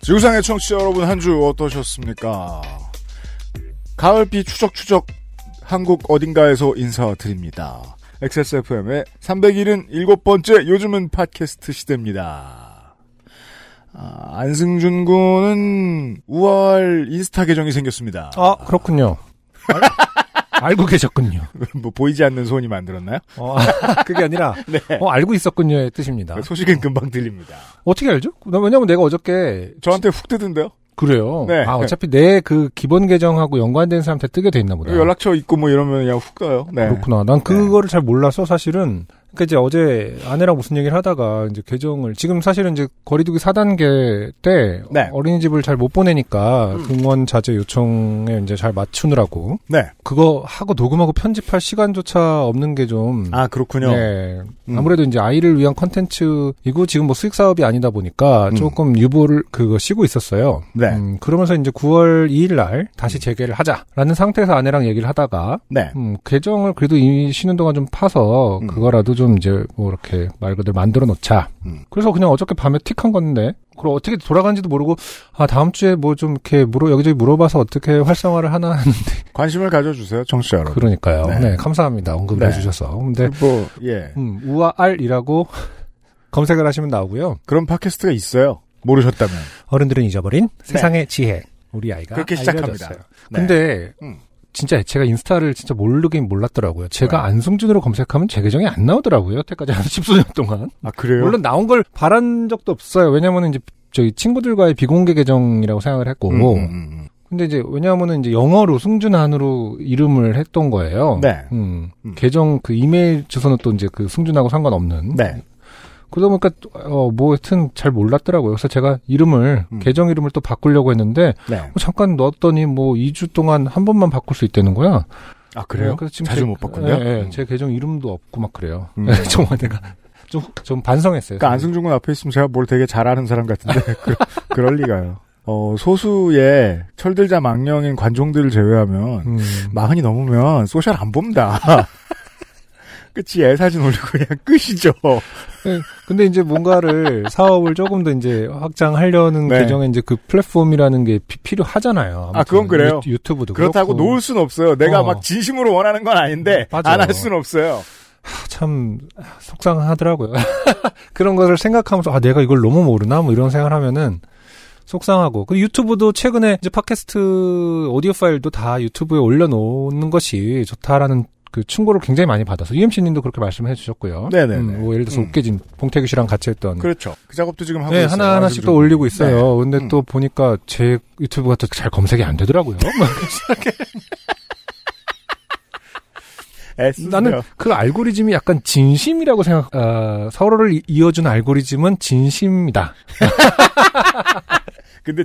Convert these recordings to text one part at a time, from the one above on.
지구상의 청취자 여러분 한 주 어떠셨습니까? 가을비 추적추적 한국 어딘가에서 인사드립니다. XSFM의 377번째 요즘은 팟캐스트 시대입니다. 아, 안승준 군은 우아할 인스타 계정이 생겼습니다. 아, 그렇군요. 알- 알고 계셨군요. 뭐 보이지 않는 손이 만들었나요? 어, 아, 그게 아니라 어, 알고 있었군요의 뜻입니다. 소식은 금방 들립니다. 어떻게 알죠? 나- 왜냐면 내가 어저께 저한테 훅 뜨던데요? 그래요. 네. 아, 어차피 내 그 기본 계정하고 그 연관된 사람한테 뜨게 돼 있나 보다. 연락처 있고 뭐 이러면 그냥 훅 떠요. 네. 네. 그렇구나. 난 그거를 잘 몰라서 사실은 그 이제 어제 아내랑 무슨 얘기를 하다가 이제 계정을 지금 사실은 이제 거리두기 4단계 때 네. 어린이집을 잘 못 보내니까 응원 자제 요청에 이제 잘 맞추느라고 네. 그거 하고 녹음하고 편집할 시간조차 없는 게좀 아, 그렇군요. 네. 음. 아무래도 이제 아이를 위한 컨텐츠이고 지금 뭐 수익 사업이 아니다 보니까 음. 조금 유보를 그거 쉬고 있었어요. 네. 음. 음, 그러면서 이제 9월 2일 날 다시 재개를 하자라는 상태에서 아내랑 얘기를 하다가 네. 음, 계정을 그래도 이 쉬는 동안 좀 파서 음. 그거라도 좀 이제 뭐 이렇게 말 그대로 만들어 놓자. 음. 그래서 그냥 어저께 밤에 틱한 건데 그걸 어떻게 돌아간지도 모르고 아 다음 주에 뭐 좀 이렇게 물어 여기저기 물어봐서 어떻게 활성화를 하나 관심을 가져주세요, 청취자 여러분. 그러니까요. 네. 네, 감사합니다 언급을 네. 해주셔서. 근데 뭐, 예. 음, 우아알이라고 검색을 하시면 나오고요. 그런 팟캐스트가 있어요. 모르셨다면. 어른들은 잊어버린 세상의 지혜. 우리 아이가 네. 그렇게 시작합니다. 알려줬어요. 네. 근데 음. 진짜 제가 인스타를 진짜 모르긴 몰랐더라고요. 제가 네. 안승준으로 검색하면 제 계정이 안 나오더라고요. 여태까지 한 10수년 동안. 아, 그래요? 물론 나온 걸 바란 적도 없어요. 왜냐면은 이제 저희 친구들과의 비공개 계정이라고 생각을 했고. 음, 음, 음, 음. 근데 이제 왜냐면은 이제 영어로 승준한으로 이름을 했던 거예요. 네. 음. 음. 계정 그 이메일 주소는 또 이제 그 승준하고 상관없는 네. 그러다 보니까 어, 뭐 하여튼 잘 몰랐더라고요. 그래서 제가 이름을 음. 계정 이름을 또 바꾸려고 했는데 네. 뭐 잠깐 넣었더니 뭐 2주 동안 한 번만 바꿀 수 있다는 거야. 아, 그래요? 네, 그래서 지금 자주 제- 못 바꾼대요? 예, 예, 음. 제 계정 이름도 없고 막 그래요. 음. 정말 내가 좀, 좀 반성했어요. 그러니까 안승준 군 앞에 있으면 제가 뭘 되게 잘 아는 사람 같은데 그, 그럴 리가요. 어, 소수의 철들자 망령인 관종들을 제외하면 음. 마흔이 넘으면 소셜 안 봅니다. 끝이 애 사진 올리고 그냥 끝이죠. 예, 근데 이제 뭔가를 사업을 조금 더 이제 확장하려는 네. 계정에 이제 그 플랫폼이라는 게 피- 필요하잖아요. 아, 그건 아무튼 그래요. 유, 튜브도 그렇다고 놓을 순 없어요. 내가 어. 음, 막 진심으로 원하는 건 아닌데 맞아요. 안 할 순 없어요. 참 속상하더라고요. 그런 것을 생각하면서 아 내가 이걸 너무 모르나 뭐 이런 생각을 하면은 속상하고 그 유튜브도 최근에 이제 팟캐스트 오디오 파일도 다 유튜브에 올려놓는 것이 좋다라는 그 충고를 굉장히 많이 받아서 UMC님도 그렇게 말씀해 주셨고요. 네네네. 음, 뭐 예를 들어서 음. 옥계진 봉태규 씨랑 같이 했던 그렇죠. 그 작업도 지금 하고 음. 네, 있어요. 하나 하나씩 안승준 또 군이. 올리고 있어요. 근데 음. 또 보니까 제 유튜브가 또 잘 검색이 안 되더라고요. 네. 애쓰세요. 나는 그 알고리즘이 약간 진심이라고 생각, 아, 서로를 이- 이어준 알고리즘은 진심이다. 근데 어.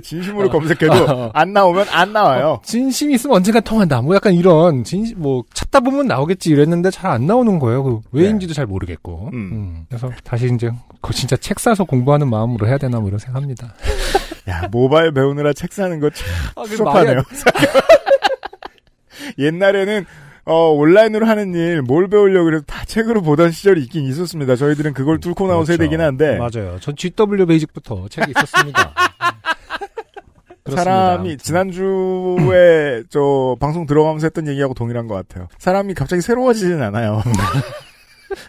진심으로 검색해도 안 나오면 안 나와요. 진심이 있으면 언젠가 통한다. 뭐 약간 이런 진심 뭐 찾다 보면 나오겠지 이랬는데 잘 안 나오는 거예요. 그 왜인지도 잘 모르겠고. 음. 음. 그래서 다시 이제 그 진짜 책 사서 공부하는 마음으로 해야 되나 뭐 이런 생각합니다. 야, 모바일 배우느라 책 사는 거참 그래서 수업하네요. 옛날에는 어, 온라인으로 하는 일, 뭘 배우려고 그래도 다 책으로 보던 시절이 있긴 있었습니다. 저희들은 그걸 뚫고 나온 세대긴 한데, 그렇죠. 맞아요. 전 GW 베이직부터 책이 있었습니다. 그렇습니다. 음. 사람이, 지난주에, 저, 방송 들어가면서 했던 얘기하고 동일한 것 같아요. 사람이 갑자기 새로워지진 않아요.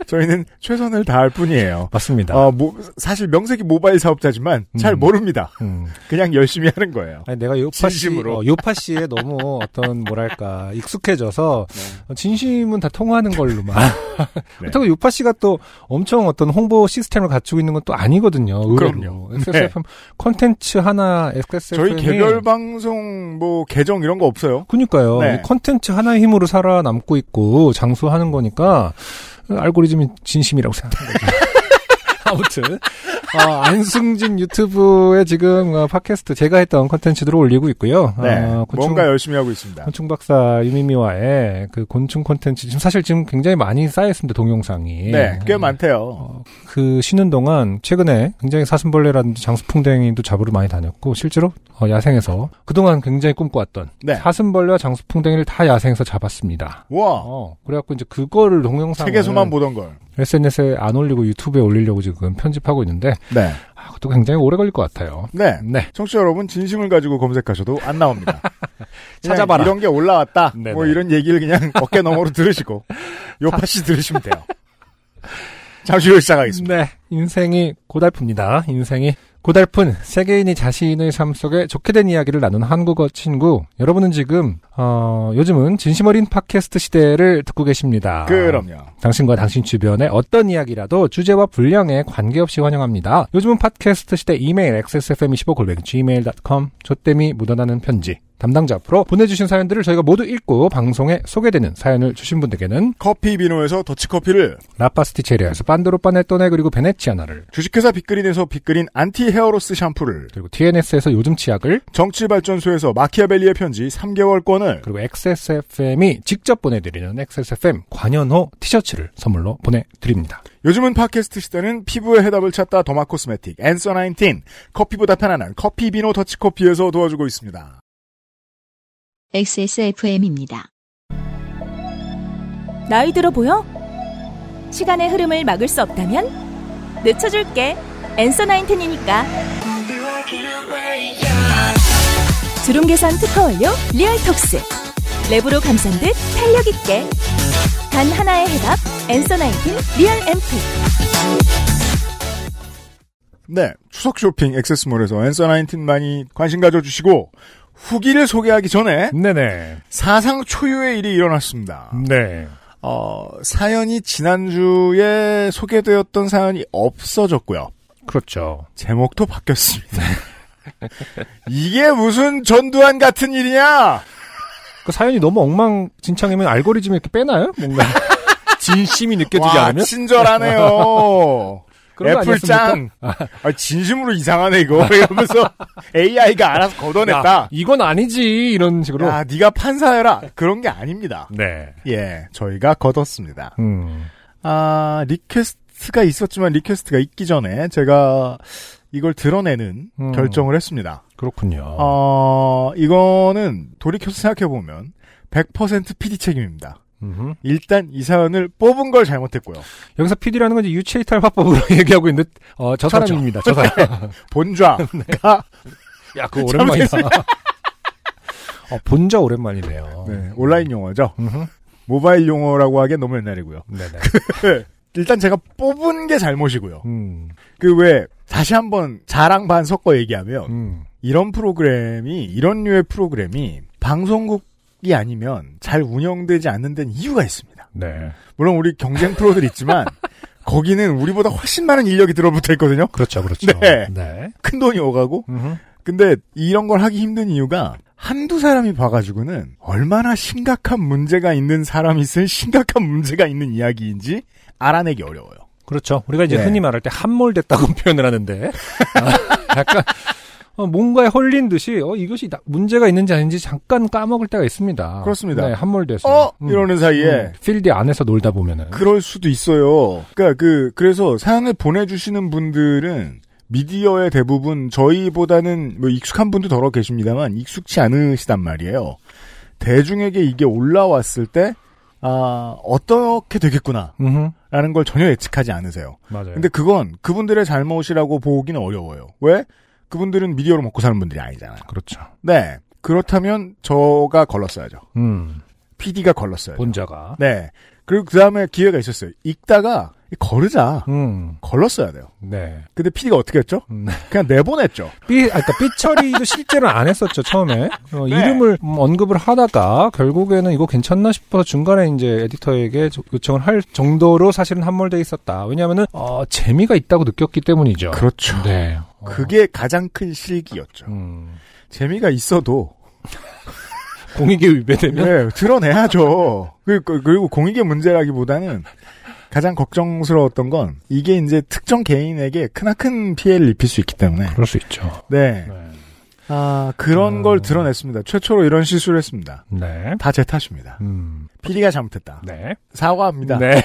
저희는 최선을 다할 뿐이에요. 맞습니다. 어, 뭐, 사실 명색이 모바일 사업자지만 잘 음. 모릅니다. 음. 그냥 열심히 하는 거예요. 아니 내가 요파 씨, 진심으로. 어, 요파 씨에 너무 어떤 뭐랄까 익숙해져서 어, 네. 진심은 다 통하는 걸로만. 그렇다고 요파 씨가 또 엄청 어떤 홍보 시스템을 갖추고 있는 건 또 아니거든요. 의외로. 그럼요. 네. XSFM 컨텐츠 하나 XSFM. 저희 개별 방송, 뭐, 계정 이런 거 없어요. 그니까요. 네. 컨텐츠 하나의 힘으로 살아남고 있고 장수하는 거니까 알고리즘이 진심이라고 생각합니다. 아무튼 어, 안승진 유튜브에 지금 어, 팟캐스트 제가 했던 컨텐츠들을 올리고 있고요. 네. 어, 곤충- 뭔가 열심히 하고 있습니다. 곤충 박사 유미미와의 그 곤충 콘텐츠 지금 사실 지금 굉장히 많이 쌓였습니다 동영상이. 네, 꽤 어, 많대요. 그 쉬는 동안 최근에 굉장히 사슴벌레라든지 장수풍뎅이도 잡으러 많이 다녔고 실제로 어, 야생에서 그동안 굉장히 꿈꿔왔던 네. 사슴벌레와 장수풍뎅이를 다 야생에서 잡았습니다. 우와, 어, 그래갖고 이제 그거를 동영상 세계소만 보던 걸. SNS에 안 올리고 유튜브에 올리려고 지금 편집하고 있는데 네. 아, 그것도 굉장히 오래 걸릴 것 같아요. 네. 네. 청취자 여러분, 진심을 가지고 검색하셔도 안 나옵니다. 그냥 찾아봐라. 이런 게 올라왔다. 네네. 뭐 이런 얘기를 그냥 어깨 너머로 들으시고, 요파시 들으시면 돼요. 잠시 후에 시작하겠습니다. 네. 인생이 고달픕니다. 인생이 고달픈 세계인이 자신의 삶 속에 좋게 된 이야기를 나눈 한국어 친구. 여러분은 지금 어, 요즘은 진심 어린 팟캐스트 시대를 듣고 계십니다. 그럼요. 당신과 당신 주변의 어떤 이야기라도 주제와 분량에 관계없이 환영합니다. 요즘은 팟캐스트 시대 이메일 xsfm25골뱅gmail.com 조땜이 묻어나는 편지 담당자 앞으로 보내주신 사연들을 저희가 모두 읽고 방송에 소개되는 사연을 주신 분들께는 커피 비노에서 더치커피를, 라파스티 체리아에서 빤도로 빠네또네 그리고 베네치아나를 주식회사 빅그린에서 빅그린 안티 헤어로스 샴푸를, 그리고 TNS에서 요즘 치약을 정치발전소에서 마키아벨리의 편지 3개월권을, 그리고 XSFM이 직접 보내드리는 XSFM 관현호 티셔츠를 선물로 보내드립니다. 요즘은 팟캐스트 시대는 피부의 해답을 찾다 더마 코스메틱, 앤서 19, 커피보다 편안한 커피 비노 더치커피에서 도와주고 있습니다. XSFM입니다. 나이 들어 보여? 시간의 흐름을 막을 수 없다면 늦춰줄게. 엔서 나인텐이니까. 주름 개선 특허 완료 리얼톡스. 랩으로 감싼 듯 탄력 있게. 단 하나의 해답 엔서 나인틴 리얼 앰프. 네. 추석 쇼핑 액세스몰에서 앤서 19 많이 관심 가져주시고, 후기를 소개하기 전에 네네. 사상 초유의 일이 일어났습니다. 네. 어, 사연이 지난주에 소개되었던 사연이 없어졌고요. 그렇죠. 제목도 바뀌었습니다. 이게 무슨 전두환 같은 일이냐? 그 사연이 너무 엉망진창이면 알고리즘에 이렇게 빼나요? 뭔가 진심이 느껴지지 와, 않으면 친절하네요. 그런 거 애플 짱. 아, 진심으로 이상하네 이거. 이러면서 AI가 알아서 걷어냈다. 야, 이건 아니지 이런 식으로. 야, 네가 판사해라. 그런 게 아닙니다. 네. 예, 저희가 걷었습니다. 음. 아, 리퀘스트가 있었지만 리퀘스트가 있기 전에 제가 이걸 드러내는 음. 결정을 했습니다. 그렇군요. 어, 이거는 돌이켜서 생각해보면 100% PD 책임입니다. 음흠. 일단 이 사연을 뽑은 걸 잘못했고요. 여기서 PD라는 건 이제 유체 이탈 화법으로 얘기하고 있는데 어, 저 저죠. 사람입니다. 저 사람. 네. 본좌가 야, 그거 오랜만이다. 어, 본자 오랜만이네요. 네, 온라인 용어죠. 음흠. 모바일 용어라고 하기엔 너무 옛날이고요. 네네. 일단 제가 뽑은 게 잘못이고요. 음, 그 왜 다시 한번 자랑 반 섞어 얘기하면 음. 이런 프로그램이 이런 류의 프로그램이 방송국이 아니면 잘 운영되지 않는 데는 이유가 있습니다. 네. 물론 우리 경쟁 프로들 있지만 거기는 우리보다 훨씬 많은 인력이 들어붙어 있거든요. 그렇죠, 그렇죠. 네. 네. 큰 돈이 오가고 음흠. 근데 이런 걸 하기 힘든 이유가 한두 사람이 봐가지고는 얼마나 심각한 문제가 있는 사람이 쓸 심각한 문제가 있는 이야기인지 알아내기 어려워요. 그렇죠. 우리가 이제 예. 흔히 말할 때 함몰됐다고 표현을 하는데 아, 약간 어, 뭔가에 홀린 듯이 어, 이것이 나- 문제가 있는지 아닌지 잠깐 까먹을 때가 있습니다. 그렇습니다. 네, 함몰돼서. 어 음, 이러는 사이에 음, 필드 안에서 놀다 보면은 그럴 수도 있어요. 그러니까 그 그래서 사연을 보내주시는 분들은 미디어의 대부분 저희보다는 뭐 익숙한 분도 더러 계십니다만 익숙치 않으시단 말이에요. 대중에게 이게 올라왔을 때 아, 어떻게 되겠구나라는 음흠, 걸 전혀 예측하지 않으세요. 맞아요. 근데 그건 그분들의 잘못이라고 보기는 어려워요. 왜? 그분들은 미디어로 먹고 사는 분들이 아니잖아요. 그렇죠. 네. 그렇다면 저가 걸렀어야죠. 네, 음, PD가 걸렀어요. 본자가. 네. 그리고 그 다음에 기회가 있었어요. 읽다가 거르자. 음, 걸렀어야 돼요. 네. 근데 PD가 어떻게 했죠? 음. 그냥 내보냈죠. 삐, 아, 그러니까 삐처리도 실제로 안 했었죠 처음에 어, 네. 이름을 음, 언급을 하다가 결국에는 이거 괜찮나 싶어서 중간에 이제 에디터에게 조- 요청을 할 정도로 사실은 함몰돼 있었다. 왜냐하면은 어, 재미가 있다고 느꼈기 때문이죠. 그렇죠. 네. 어, 그게 가장 큰 실기였죠. 음, 재미가 있어도 공익에 위배되면 그, 네, 드러내야죠. 그리고, 그리고 공익의 문제라기보다는 가장 걱정스러웠던 건 이게 이제 특정 개인에게 크나큰 피해를 입힐 수 있기 때문에. 그럴 수 있죠. 네. 네. 아, 그런 음. 걸 드러냈습니다. 최초로 이런 실수를 했습니다. 네. 다 제 탓입니다. 음. PD가 잘못했다. 네. 사과합니다. 네.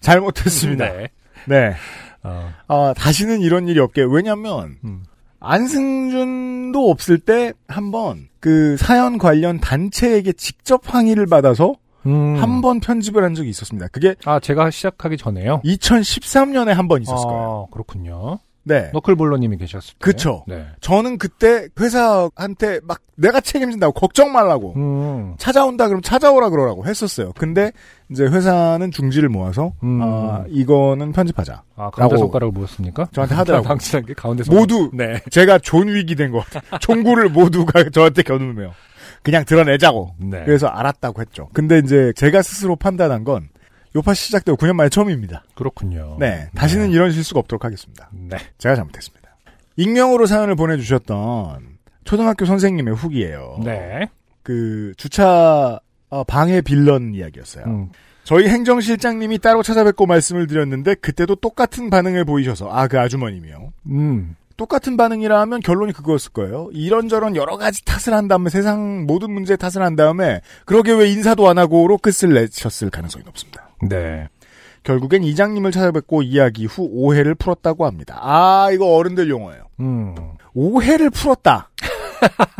잘못했습니다. 네. 네. 어. 아, 다시는 이런 일이 없게. 왜냐면, 음. 안승준도 없을 때, 한번, 그, 사연 관련 단체에게 직접 항의를 받아서, 음. 한 번 편집을 한 적이 있었습니다. 그게 아, 제가 시작하기 전에요. 2013년에 한 번 있었을 거예요. 아, 그렇군요. 네. 너클볼러님이 계셨을 때. 그쵸. 네. 저는 그때 회사한테 막 내가 책임진다고 걱정 말라고 음. 찾아온다 그럼 찾아오라 그러라고 했었어요. 근데 이제 회사는 중지를 모아서 음. 아, 이거는 편집하자. 아, 가운데 라고 손가락을 모았습니까? 저한테 하더라고. 당신한 게 가운데 손가락. 모두 네. 제가 존 위기 된 것 같아요. 종구를 모두가 저한테 겨누며 그냥 드러내자고. 네. 그래서 알았다고 했죠. 근데 이제 제가 스스로 판단한 건 요파 시작되고 9년 만에 처음입니다. 그렇군요. 네, 다시는 이런 실수가 없도록 하겠습니다. 네. 제가 잘못했습니다. 익명으로 사연을 보내주셨던 초등학교 선생님의 후기예요. 네. 그 주차 어, 방해 빌런 이야기였어요. 음. 저희 행정실장님이 따로 찾아뵙고 말씀을 드렸는데 그때도 똑같은 반응을 보이셔서 아 그 아주머님이요. 음. 똑같은 반응이라 하면 결론이 그거였을 거예요. 이런저런 여러 가지 탓을 한 다음에 세상 모든 문제 탓을 한 다음에 그러게 왜 인사도 안 하고로 끝을 내셨을 가능성이 높습니다. 네. 결국엔 이장님을 찾아뵙고 이야기 후 오해를 풀었다고 합니다. 아 이거 어른들 용어예요. 음. 오해를 풀었다.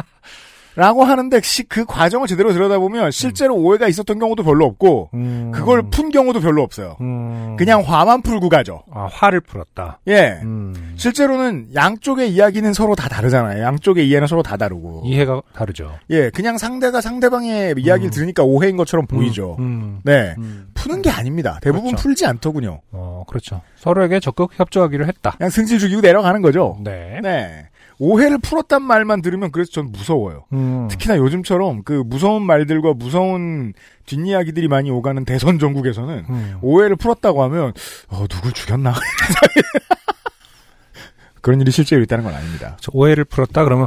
라고 하는데 시- 그 과정을 제대로 들여다보면 실제로 오해가 있었던 경우도 별로 없고 음. 그걸 푼 경우도 별로 없어요. 음. 그냥 화만 풀고 가죠. 아, 화를 풀었다. 예. 음. 실제로는 양쪽의 이야기는 서로 다 다르잖아요. 양쪽의 이해는 서로 다 다르고. 이해가 다르죠. 예, 그냥 상대가 상대방의 이야기를 들으니까 오해인 것처럼 보이죠. 음. 네. 음. 푸는 게 아닙니다. 대부분 그렇죠. 풀지 않더군요. 어, 그렇죠. 서로에게 적극 협조하기로 했다. 그냥 승질 죽이고 내려가는 거죠. 네. 네. 오해를 풀었단 말만 들으면 그래서 전 무서워요. 음. 특히나 요즘처럼 그 무서운 말들과 무서운 뒷이야기들이 많이 오가는 대선 전국에서는 음. 오해를 풀었다고 하면 어 누굴 죽였나 그런 일이 실제로 있다는 건 아닙니다. 저 그렇죠. 오해를 풀었다 그러면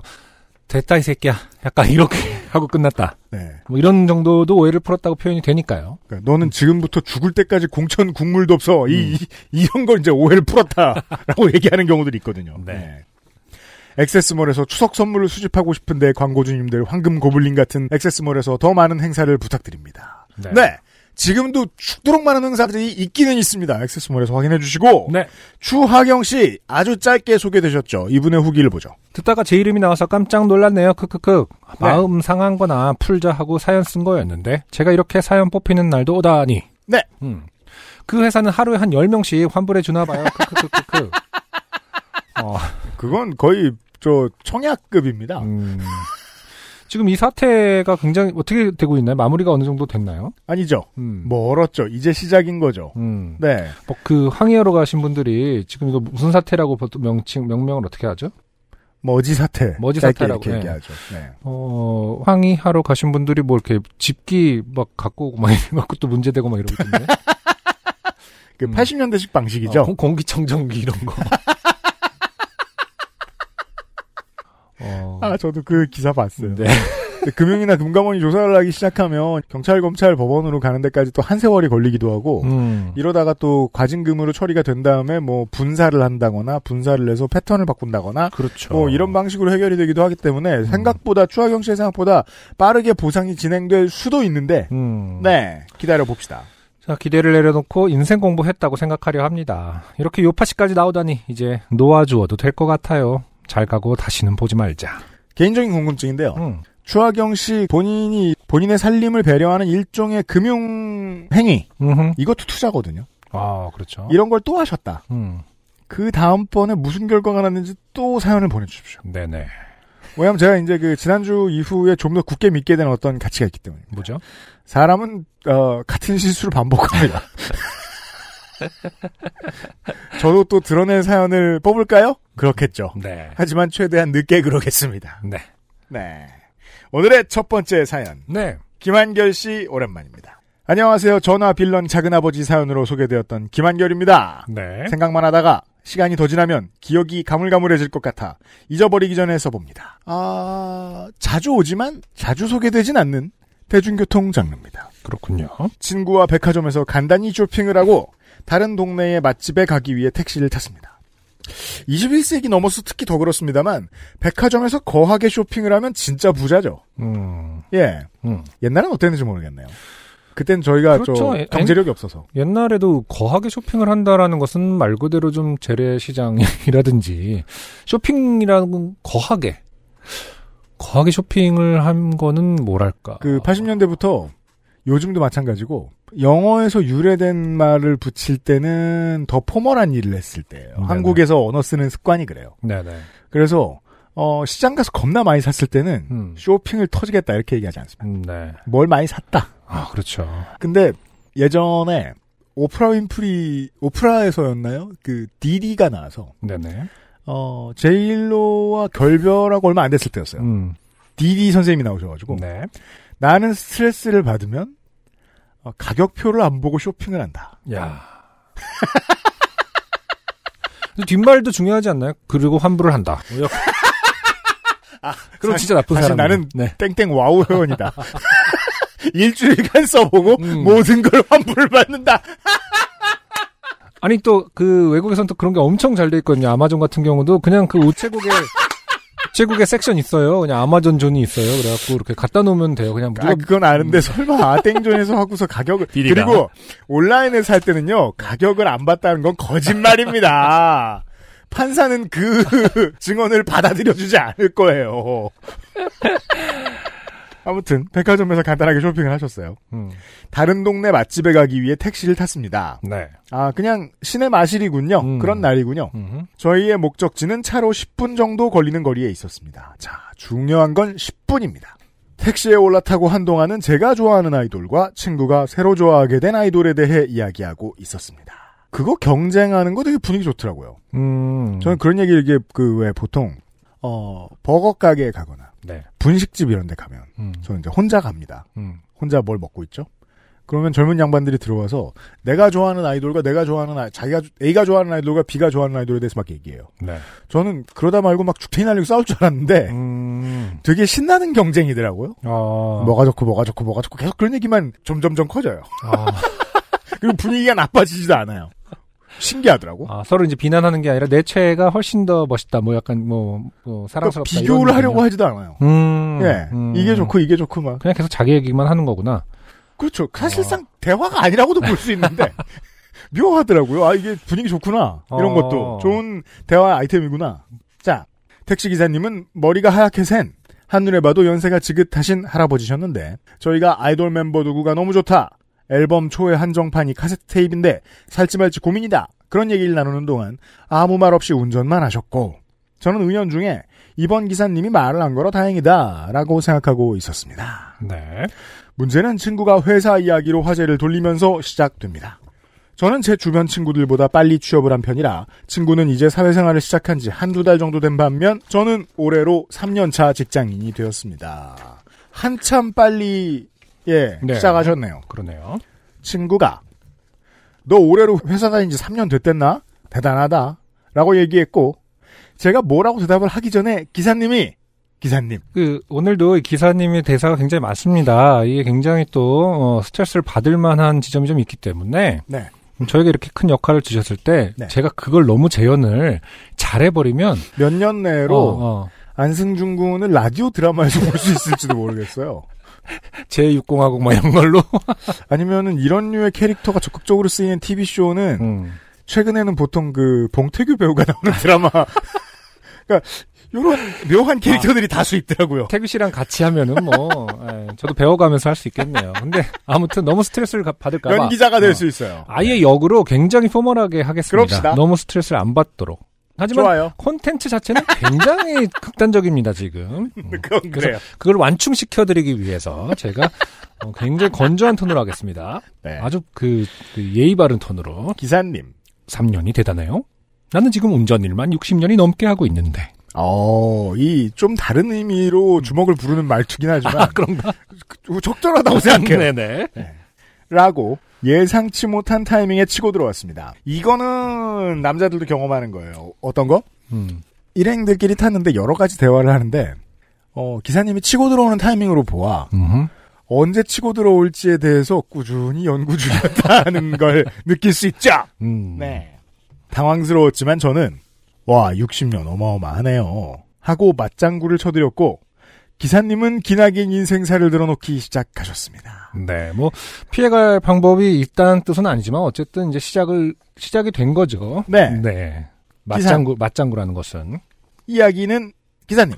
됐다 이 새끼야. 약간 이렇게 하고 끝났다. 네, 뭐 이런 정도도 오해를 풀었다고 표현이 되니까요. 그러니까 너는 지금부터 죽을 때까지 공천 국물도 없어 음. 이, 이 이런 걸 이제 오해를 풀었다라고 얘기하는 경우들이 있거든요. 네. 액세스몰에서 추석 선물을 수집하고 싶은데 광고주님들 황금 고블린 같은 액세스몰에서 더 많은 행사를 부탁드립니다. 네. 지금도 죽도록 많은 행사들이 있기는 있습니다. 액세스몰에서 확인해 주시고 네. 추하경 씨 아주 짧게 소개되셨죠. 이분의 후기를 보죠. 듣다가 제 이름이 나와서 깜짝 놀랐네요. 크크크. 마음 상한 거나 풀자 하고 사연 쓴 거였는데 제가 이렇게 사연 뽑히는 날도 오다니. 네. 음. 그 회사는 하루에 한 10명씩 환불해 주나 봐요. 크크크크크. 어, 그건 거의 저 청약급입니다. 음. 지금 이 사태가 굉장히 어떻게 되고 있나요? 마무리가 어느 정도 됐나요? 아니죠. 음. 멀었죠. 이제 시작인 거죠. 음. 네. 뭐 그 항의하러 가신 분들이 지금 이거 무슨 사태라고 보통 명칭 명명을 어떻게 하죠? 머지 사태. 머지 짧게 사태라고, 이렇게 네. 얘기하죠. 네. 어 항의하러 가신 분들이 뭐 이렇게 집기 막 갖고 오고 막 이런 것도 문제되고 막 이러고 있던데. 그 음. 80년대식 방식이죠. 어, 공- 공기청정기 이런 거. 어, 아, 저도 그 기사 봤어요. 네. 근데 금융이나 금감원이 조사를 하기 시작하면 경찰, 검찰, 법원으로 가는 데까지 또 한 세월이 걸리기도 하고 음. 이러다가 또 과징금으로 처리가 된 다음에 뭐 분사를 한다거나 분사를 해서 패턴을 바꾼다거나 그렇죠. 뭐 이런 방식으로 해결이 되기도 하기 음. 때문에 생각보다 추하경 씨의 생각보다 빠르게 보상이 진행될 수도 있는데 음. 네 기다려 봅시다. 자, 기대를 내려놓고 인생 공부했다고 생각하려 합니다. 이렇게 요파시까지 나오다니 이제 놓아주어도 될 것 같아요. 잘 가고 다시는 보지 말자. 개인적인 궁금증인데요. 음. 추하경 씨 본인이 본인의 살림을 배려하는 일종의 금융 행위 음흠. 이것도 투자거든요. 아, 그렇죠. 이런 걸 또 하셨다. 음. 그 다음번에 무슨 결과가 났는지 또 사연을 보내주십시오. 네네. 왜냐하면 제가 이제 그 지난주 이후에 좀 더 굳게 믿게 된 어떤 가치가 있기 때문에 뭐죠? 사람은 어, 같은 실수를 반복합니다. 저도 또 드러낸 사연을 뽑을까요? 그렇겠죠. 네. 하지만 최대한 늦게 그러겠습니다. 네. 네. 오늘의 첫 번째 사연. 네. 김한결 씨 오랜만입니다. 안녕하세요. 전화 빌런 작은아버지 사연으로 소개되었던 김한결입니다. 네. 생각만 하다가 시간이 더 지나면 기억이 가물가물해질 것 같아 잊어버리기 전에 써봅니다. 아, 자주 오지만 자주 소개되진 않는 대중교통 장르입니다. 그렇군요. 친구와 백화점에서 간단히 쇼핑을 하고 다른 동네의 맛집에 가기 위해 택시를 탔습니다. 21세기 넘어서 특히 더 그렇습니다만 백화점에서 거하게 쇼핑을 하면 진짜 부자죠. 음, 예. 음. 옛날엔 어땠는지 모르겠네요. 그땐 저희가 그렇죠. 좀 엔- 경제력이 없어서. 옛날에도 거하게 쇼핑을 한다라는 것은 말 그대로 좀 재래시장이라든지 쇼핑이라는 거하게 거하게 쇼핑을 한 거는 뭐랄까 그 80년대부터 요즘도 마찬가지고 영어에서 유래된 말을 붙일 때는 더 포멀한 일을 했을 때예요. 음, 네네. 한국에서 언어 쓰는 습관이 그래요. 네네 그래서 어, 시장 가서 겁나 많이 샀을 때는 음. 쇼핑을 터지겠다 이렇게 얘기하지 않습니다. 음, 네. 뭘 많이 샀다. 아 그렇죠 근데 예전에 오프라 윈프리 오프라에서였나요? 그 디디가 나와서 네네 어, 제일로와 결별하고 얼마 안 됐을 때였어요. 음. 디디 선생님이 나오셔가지고 네 나는 스트레스를 받으면 어, 가격표를 안 보고 쇼핑을 한다. 야. 근데 뒷말도 중요하지 않나요? 그리고 환불을 한다. 뭐 이렇게. 그럼 아, 사실- 진짜 나쁜 사실 사람. 나는 네. 땡땡 와우 회원이다. 일주일간 써보고 음. 모든 걸 환불을 받는다. 아니 또 그 외국에선 또 그런 게 엄청 잘 돼 있거든요. 아마존 같은 경우도 그냥 그 우체국에 우체국에 섹션 있어요. 그냥 아마존 존이 있어요. 그래갖고 이렇게 갖다 놓으면 돼요. 그냥 아, 누가 그건 아는데 설마 땡존에서 하고서 가격을 디디다. 그리고 온라인에 살 때는요 가격을 안 봤다는 건 거짓말입니다. 판사는 그 증언을 받아들여주지 않을 거예요. 아무튼 백화점에서 간단하게 쇼핑을 하셨어요. 음, 다른 동네 맛집에 가기 위해 택시를 탔습니다. 네. 아, 그냥 시내 마실이군요. 음. 그런 날이군요. 음. 저희의 목적지는 차로 10분 정도 걸리는 거리에 있었습니다. 자, 중요한 건 10분입니다. 택시에 올라타고 한동안은 제가 좋아하는 아이돌과 친구가 새로 좋아하게 된 아이돌에 대해 이야기하고 있었습니다. 그거 경쟁하는 거 되게 분위기 좋더라고요. 음. 저는 그런 얘기를 이게 그 왜 보통 어 버거 가게에 가거나 네. 분식집 이런 데 가면 음. 저는 이제 혼자 갑니다. 음. 혼자 뭘 먹고 있죠? 그러면 젊은 양반들이 들어와서 내가 좋아하는 아이돌과 내가 좋아하는 아, 자기가 A가 좋아하는 아이돌과 B가 좋아하는 아이돌에 대해서 막 얘기해요. 네. 저는 그러다 말고 막 죽탱이 날리고 싸울 줄 알았는데 음. 되게 신나는 경쟁이더라고요. 아. 뭐가 좋고 뭐가 좋고 뭐가 좋고 계속 그런 얘기만 점점점 커져요. 아. 그리고 분위기가 나빠지지도 않아요. 신기하더라고. 아, 서로 이제 비난하는 게 아니라 내 최애가 훨씬 더 멋있다. 뭐 약간 뭐, 뭐 그러니까 사랑스럽다. 비교를 이런 하려고 얘기냐. 하지도 않아요. 음, 예, 음. 이게 좋고 이게 좋고 막 그냥 계속 자기 얘기만 하는 거구나. 그렇죠. 사실상 대화가 아니라고도 볼 수 있는데 묘하더라고요. 아 이게 분위기 좋구나 이런 어. 것도 좋은 대화 아이템이구나. 자 택시 기사님은 머리가 하얗게 샌 한눈에 봐도 연세가 지긋하신 할아버지셨는데 저희가 아이돌 멤버 누구가 너무 좋다. 앨범 초의 한정판이 카세트 테이프인데 살지 말지 고민이다. 그런 얘기를 나누는 동안 아무 말 없이 운전만 하셨고 저는 은연 중에 이번 기사님이 말을 안 걸어 다행이다라고 생각하고 있었습니다. 네. 문제는 친구가 회사 이야기로 화제를 돌리면서 시작됩니다. 저는 제 주변 친구들보다 빨리 취업을 한 편이라 친구는 이제 사회생활을 시작한 지 한두 달 정도 된 반면 저는 올해로 3년차 직장인이 되었습니다. 한참 빨리 예 네. 시작하셨네요. 그러네요. 친구가 너 올해로 회사 다닌 지 3년 됐댔나? 대단하다. 라고 얘기했고 제가 뭐라고 대답을 하기 전에 기사님이 기사님 그, 오늘도 이 기사님의 대사가 굉장히 많습니다. 이게 굉장히 또, 어, 스트레스를 받을 만한 지점이 좀 있기 때문에. 음, 네. 저에게 이렇게 큰 역할을 주셨을 때. 네. 제가 그걸 너무 재현을 잘해버리면. 몇 년 내로 어, 어, 안승준 군을 라디오 드라마에서 볼 수 있을지도 모르겠어요. 제6공화국 막뭐 이런 걸로. 아니면은 이런 류의 캐릭터가 적극적으로 쓰이는 TV 쇼는 음. 최근에는 보통 그 봉태규 배우가 나오는 드라마. 그러니까 이런 묘한 캐릭터들이 다수 있더라고요. 태규 씨랑 같이 하면은 뭐 예, 저도 배워가면서 할 수 있겠네요. 근데 아무튼 너무 스트레스를 가- 받을까봐 연기자가 될 어, 수 있어요. 아예 역으로 굉장히 포멀하게 하겠습니다. 그럽시다. 너무 스트레스를 안 받도록. 하지만 좋아요. 콘텐츠 자체는 굉장히 극단적입니다 지금. 음, 그건 그래요. 그걸 완충시켜드리기 위해서 제가 어, 굉장히 건조한 톤으로 하겠습니다. 네. 아주 그, 그 예의 바른 톤으로 기사님. 3년이 대단해요. 나는 지금 운전 일만 60년이 넘게 하고 있는데. 어, 이 좀 다른 의미로 주먹을 부르는 말투긴 하지만 아, 그런가? 그- 적절하다고 생각해요. 네네. 라고 예상치 못한 타이밍에 치고 들어왔습니다. 이거는 남자들도 경험하는 거예요. 어떤 거? 음. 일행들끼리 탔는데 여러 가지 대화를 하는데 어, 기사님이 치고 들어오는 타이밍으로 보아 음. 언제 치고 들어올지에 대해서 꾸준히 연구 중이었다는 걸 느낄 수 있죠. 음. 네. 당황스러웠지만 저는 와 60년 어마어마하네요. 하고 맞장구를 쳐드렸고 기사님은 기나긴 인생사를 들어놓기 시작하셨습니다. 네, 뭐 피해갈 방법이 있다는 뜻은 아니지만 어쨌든 이제 시작을 시작이 된 거죠. 네. 네. 맞장구 맞장구라는 것은 이야기는 기사님.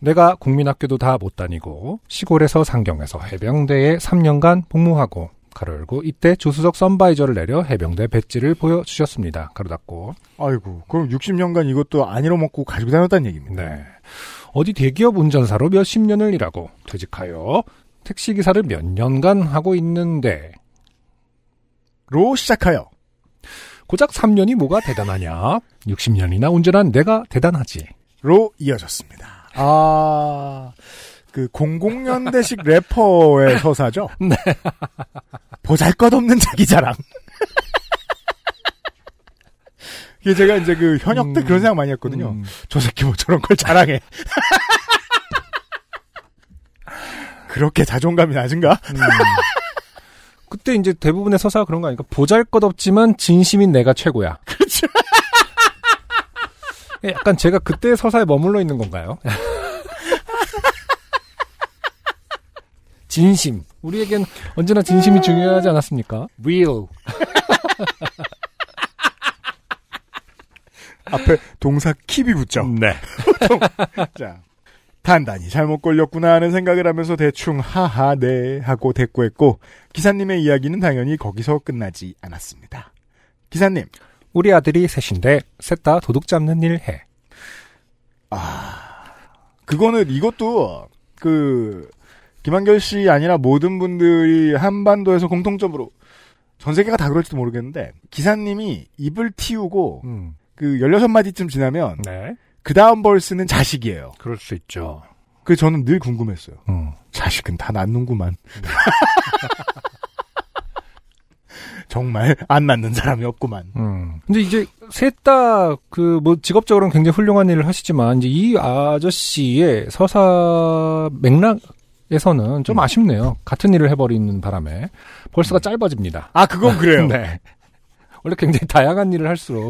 내가 국민학교도 다 못 다니고 시골에서 상경에서 해병대에 3년간 복무하고 가로 열고 이때 조수석 선바이저를 내려 해병대 배지를 보여주셨습니다. 가로 닫고 아이고 그럼 60년간 이것도 안 잃어먹고 가지고 다녔다는 얘기입니다. 네. 어디 대기업 운전사로 몇십 년을 일하고 퇴직하여 택시기사를 몇 년간 하고 있는데 로 시작하여 고작 3년이 뭐가 대단하냐? 60년이나 운전한 내가 대단하지. 로 이어졌습니다. 아, 그 00년대식 래퍼의 서사죠? 네. 보잘 것 없는 자기 자랑. 이게 제가 이제 그 현역 때 음. 그런 생각 많이 했거든요. 음. 저 새끼 뭐 저런 걸 자랑해. 그렇게 자존감이 낮은가? 음. 그때 이제 대부분의 서사가 그런 거 아닐까? 보잘 것 없지만 진심인 내가 최고야. 그렇죠. 약간 제가 그때 서사에 머물러 있는 건가요? 진심. 우리에겐 언제나 진심이 중요하지 않았습니까? real. 앞에 동사 킵이 붙죠. 네. 자, 단단히 잘못 걸렸구나 하는 생각을 하면서 대충 하하 네 하고 대꾸했고 기사님의 이야기는 당연히 거기서 끝나지 않았습니다. 기사님, 우리 아들이 셋인데 셋 다 도둑 잡는 일 해. 그거는 이것도 그 김한결 씨 아니라 모든 분들이 한반도에서 공통점으로 전 세계가 다 그럴지도 모르겠는데 기사님이 입을 틔우고 음. 그 16마디쯤 지나면 네. 그 다음 벌스는 자식이에요. 그럴 수 있죠. 그 저는 늘 궁금했어요. 음. 자식은 다 낳는구만. 정말 안 낳는 사람이 없구만. 음. 근데 이제 셋 다 그 뭐 직업적으로는 굉장히 훌륭한 일을 하시지만 이제 이 아저씨의 서사 맥락에서는 좀 아쉽네요. 같은 일을 해버리는 바람에 벌스가 짧아집니다. 아 그건 그래요. 네. 네. 원래 굉장히 다양한 일을 할수록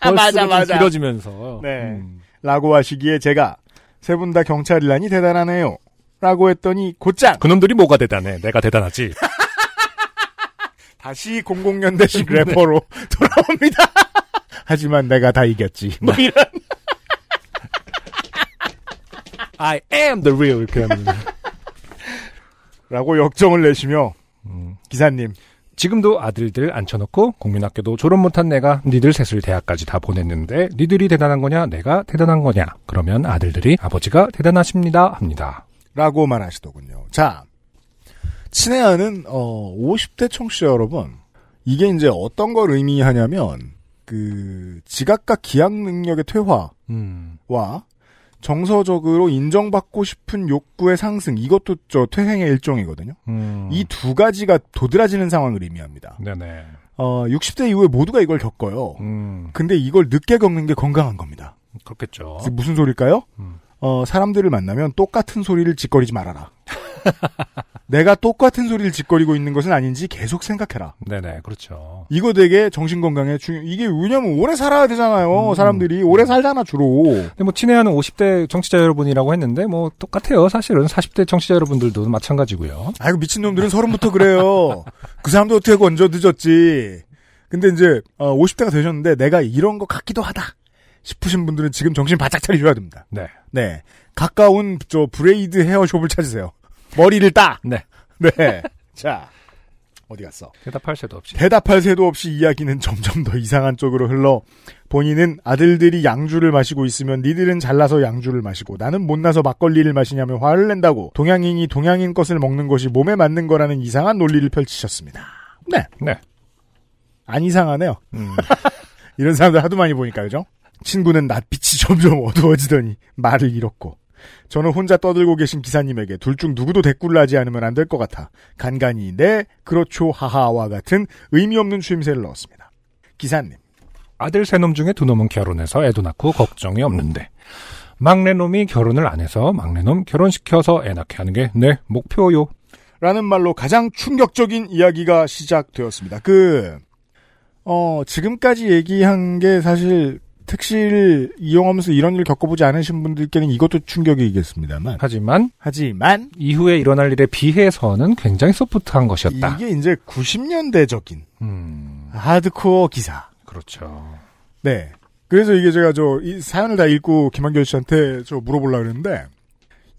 벌스가 맞아, 좀 맞아. 길어지면서 음. 라고 하시기에 제가 세 분 다 경찰이라니 대단하네요. 라고 했더니 곧장 그놈들이 뭐가 대단해? 내가 대단하지. 다시 00년대식 래퍼로 돌아옵니다. 하지만 내가 다 이겼지. 뭐 이런. I am the real 이렇게 하는. 라고 역정을 내시며 음, 기사님 지금도 아들들 앉혀놓고 국민학교도 졸업 못한 내가 니들 셋을 대학까지 다 보냈는데 니들이 대단한 거냐 내가 대단한 거냐 그러면 아들들이 아버지가 대단하십니다 합니다. 라고 말하시더군요. 자, 친애하는 어, 50대 청취자 여러분, 이게 이제 어떤 걸 의미하냐면 그 지각과 기약 능력의 퇴화와 음, 정서적으로 인정받고 싶은 욕구의 상승, 이것도 저 퇴행의 일종이거든요. 음, 이 두 가지가 도드라지는 상황을 의미합니다. 네네. 어, 60대 이후에 모두가 이걸 겪어요. 음, 근데 이걸 늦게 겪는 게 건강한 겁니다. 그렇겠죠. 그래서 무슨 소릴까요? 뭐? 음. 어, 사람들을 만나면 똑같은 소리를 짓거리지 말아라. 내가 똑같은 소리를 짓거리고 있는 것은 아닌지 계속 생각해라. 네네, 그렇죠. 이거 되게 정신 건강에 중요. 이게 왜냐면 오래 살아야 되잖아요. 사람들이 오래 살잖아 주로. 근데 뭐 친애하는 50대 청취자 여러분이라고 했는데 뭐 똑같아요. 사실은 40대 청취자 여러분들도 마찬가지고요. 아이고 미친 놈들은 서른부터 그래요. 그 사람도 어떻게 먼저 늦었지. 근데 이제 어, 50대가 되셨는데 내가 이런 거 같기도 하다 싶으신 분들은 지금 정신 바짝 차리셔야 됩니다. 네. 네. 가까운 저 브레이드 헤어숍을 찾으세요. 머리를 따. 네. 네. 자. 어디 갔어? 대답할 새도 없이. 대답할 새도 없이 이야기는 점점 더 이상한 쪽으로 흘러 본인은 아들들이 양주를 마시고 있으면 니들은 잘나서 양주를 마시고 나는 못나서 막걸리를 마시냐며 화를 낸다고 동양인이 동양인 것을 먹는 것이 몸에 맞는 거라는 이상한 논리를 펼치셨습니다. 네. 네. 안 이상하네요. 음. 이런 사람들 하도 많이 보니까 그죠? 친구는 낯빛이 점점 어두워지더니 말을 잃었고 저는 혼자 떠들고 계신 기사님에게 둘 중 누구도 대꾸를 하지 않으면 안 될 것 같아 간간히 네 그렇죠 하하와 같은 의미 없는 추임새를 넣었습니다. 기사님 아들 세 놈 중에 두 놈은 결혼해서 애도 낳고 걱정이 없는데 막내 놈이 결혼을 안 해서 막내 놈 결혼시켜서 애 낳게 하는 게 내 목표요. 라는 말로 가장 충격적인 이야기가 시작되었습니다. 그, 어, 지금까지 얘기한 게 사실 택시를 이용하면서 이런 일을 겪어보지 않으신 분들께는 이것도 충격이겠습니다만. 하지만 하지만, 이후에 일어날 일에 비해서는 굉장히 소프트한 것이었다. 이게 이제 90년대적인 음, 하드코어 기사. 그렇죠. 네. 그래서 이게 제가 저 이 사연을 다 읽고 김한결 씨한테 저 물어보려고 그랬는데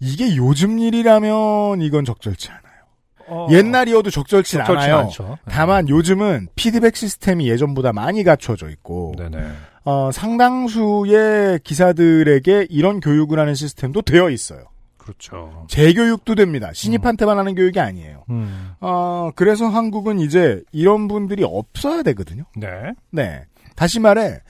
이게 요즘 일이라면 이건 적절치 않아요. 옛날이어도 적절치 적절치 않아요. 않죠. 네. 다만 요즘은 피드백 시스템이 예전보다 많이 갖춰져 있고 네네. 어, 상당수의 기사들에게 이런 교육을 하는 시스템도 되어 있어요. 그렇죠. 재교육도 됩니다. 신입한테만 하는 교육이 아니에요. 음, 어, 그래서 한국은 이제 이런 분들이 없어야 되거든요. 네. 네. 다시 말해,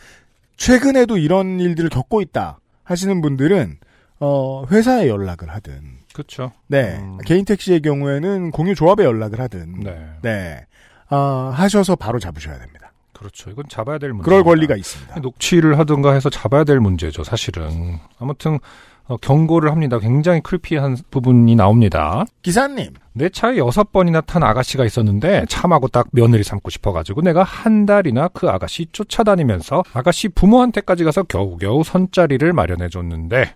최근에도 이런 일들을 겪고 있다 하시는 분들은, 어, 회사에 연락을 하든, 그렇죠. 네. 음. 개인 택시의 경우에는 공유 조합에 연락을 하든, 네. 네. 아, 하셔서 바로 잡으셔야 됩니다. 그렇죠. 이건 잡아야 될 문제. 그럴 권리가 있습니다. 아. 녹취를 하든가 해서 잡아야 될 문제죠, 사실은. 아무튼 어, 경고를 합니다. 굉장히 클피한 부분이 나옵니다. 기사님, 내 차에 여섯 번이나 탄 아가씨가 있었는데 참하고 딱 며느리 삼고 싶어가지고 내가 한 달이나 그 아가씨 쫓아다니면서 아가씨 부모한테까지 가서 겨우겨우 선자리를 마련해줬는데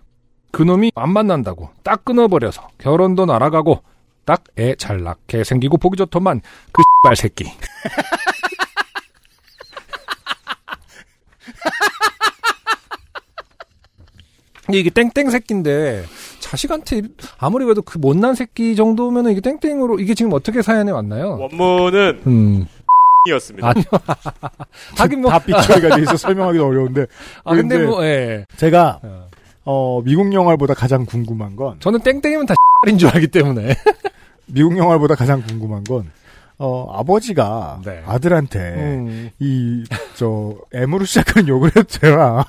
그놈이 안 만난다고 딱 끊어버려서 결혼도 날아가고 딱 애 잘 낳게 생기고 보기 좋더만 그 X발 새끼 근데 이게 땡땡 새끼인데 자식한테 아무리 그래도 그 못난 새끼 정도면은 이게 땡땡으로 이게 지금 어떻게 사연에 왔나요? 원문은 음. 이었습니다. 아니요. 하긴 뭐 다 삐처리가 돼서 설명하기도 어려운데, 아, 근데 근데- 뭐 예. 제가, 어. 어, 미국 영화보다 가장 궁금한 건, 저는 땡땡이면 다 X인 줄 알기 때문에. 미국 영화보다 가장 궁금한 건, 어, 아버지가 네. 아들한테, 음. 이, 저, M으로 시작하는 욕을 해도 되나.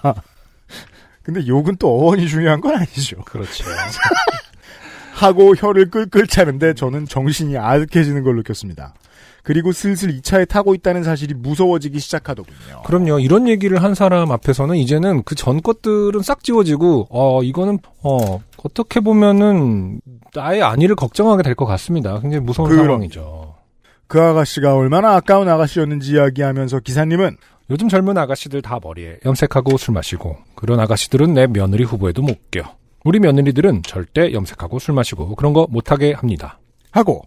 근데 욕은 또 어원이 중요한 건 아니죠. 그렇죠. 하고 혀를 끌끌 차는데 저는 정신이 아득해지는 걸 느꼈습니다. 그리고 슬슬 이 차에 타고 있다는 사실이 무서워지기 시작하더군요. 그럼요. 이런 얘기를 한 사람 앞에서는 이제는 그 전 것들은 싹 지워지고 어 이거는 어 어떻게 보면은 나의 안위를 걱정하게 될 것 같습니다. 굉장히 무서운 그럼. 상황이죠. 그 아가씨가 얼마나 아까운 아가씨였는지 이야기하면서 기사님은 요즘 젊은 아가씨들 다 머리에 염색하고 술 마시고 그런 아가씨들은 내 며느리 후보에도 못 껴. 우리 며느리들은 절대 염색하고 술 마시고 그런 거 못하게 합니다. 하고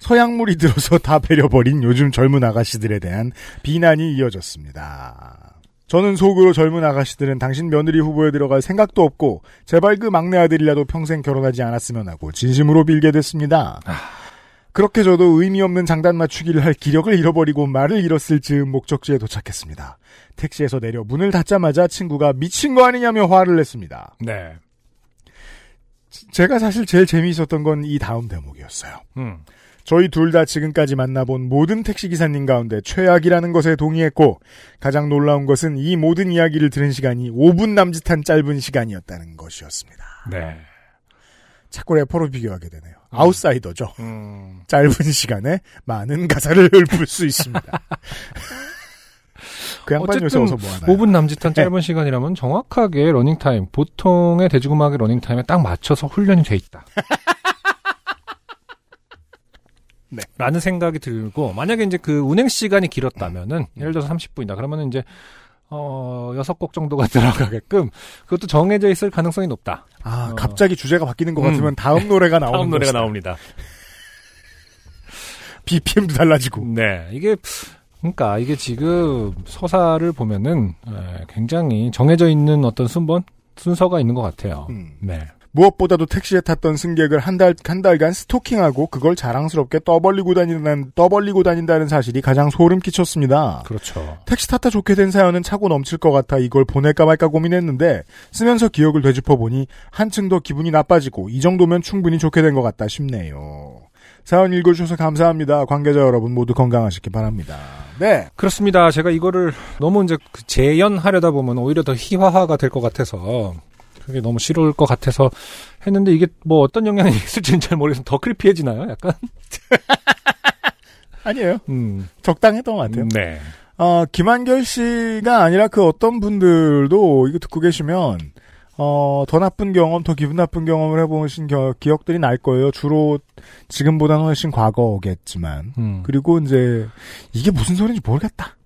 서양물이 들어서 다 베려버린 요즘 젊은 아가씨들에 대한 비난이 이어졌습니다. 저는 속으로 젊은 아가씨들은 당신 며느리 후보에 들어갈 생각도 없고 제발 그 막내 아들이라도 평생 결혼하지 않았으면 하고 진심으로 빌게 됐습니다. 그렇게 저도 의미 없는 장단 맞추기를 할 기력을 잃어버리고 말을 잃었을 즈음 목적지에 도착했습니다. 택시에서 내려 문을 닫자마자 친구가 미친 거 아니냐며 화를 냈습니다. 네. 제가 사실 제일 재미있었던 건 이 다음 대목이었어요. 음. 저희 둘 다 지금까지 만나본 모든 택시기사님 가운데 최악이라는 것에 동의했고, 가장 놀라운 것은 이 모든 이야기를 들은 시간이 5분 남짓한 짧은 시간이었다는 것이었습니다. 네. 자꾸 래퍼로 비교하게 되네요. 아웃사이더죠. 음. 짧은 시간에 많은 가사를 읊을 수 있습니다. 그 양반 요새 어쨌든 어서 뭐하나요? 5분 남짓한 짧은 시간이라면 정확하게 러닝타임, 보통의 대지구막의 러닝타임에 딱 맞춰서 훈련이 돼 있다. 네. 라는 생각이 들고, 만약에 이제 그 운행 시간이 길었다면은, 예를 들어서 30분이다. 그러면 이제, 어, 6곡 정도가 들어가게끔, 그것도 정해져 있을 가능성이 높다. 아, 어. 갑자기 주제가 바뀌는 것 같으면 음. 다음 노래가 나오는 다음 노래가 것이다. 나옵니다. BPM도 달라지고. 네. 이게, 그러니까 이게 지금 서사를 보면은, 에, 굉장히 정해져 있는 어떤 순번? 순서가 있는 것 같아요. 음. 네. 무엇보다도 택시에 탔던 승객을 한 달, 한 달간 스토킹하고 그걸 자랑스럽게 떠벌리고 다니는, 떠벌리고 다닌다는 사실이 가장 소름 끼쳤습니다. 그렇죠. 택시 탔다 좋게 된 사연은 차고 넘칠 것 같아 이걸 보낼까 말까 고민했는데 쓰면서 기억을 되짚어 보니 한층 더 기분이 나빠지고 이 정도면 충분히 좋게 된 것 같다 싶네요. 사연 읽어주셔서 감사합니다. 관계자 여러분 모두 건강하시기 바랍니다. 네. 그렇습니다. 제가 이거를 너무 이제 그 재연하려다 보면 오히려 더 희화화가 될 것 같아서 그게 너무 싫을 것 같아서 했는데 이게 뭐 어떤 영향이 있을지는 잘 모르겠어서 더 크리피해지나요? 약간? 아니에요. 음. 적당했던 것 같아요. 네. 어, 아, 김한결 씨가 아니라 그 어떤 분들도 이거 듣고 계시면, 어, 더 나쁜 경험, 더 기분 나쁜 경험을 해보신 겨- 기억들이 날 거예요. 주로 지금보다는 훨씬 과거겠지만. 음. 그리고 이제 이게 무슨 소리인지 모르겠다.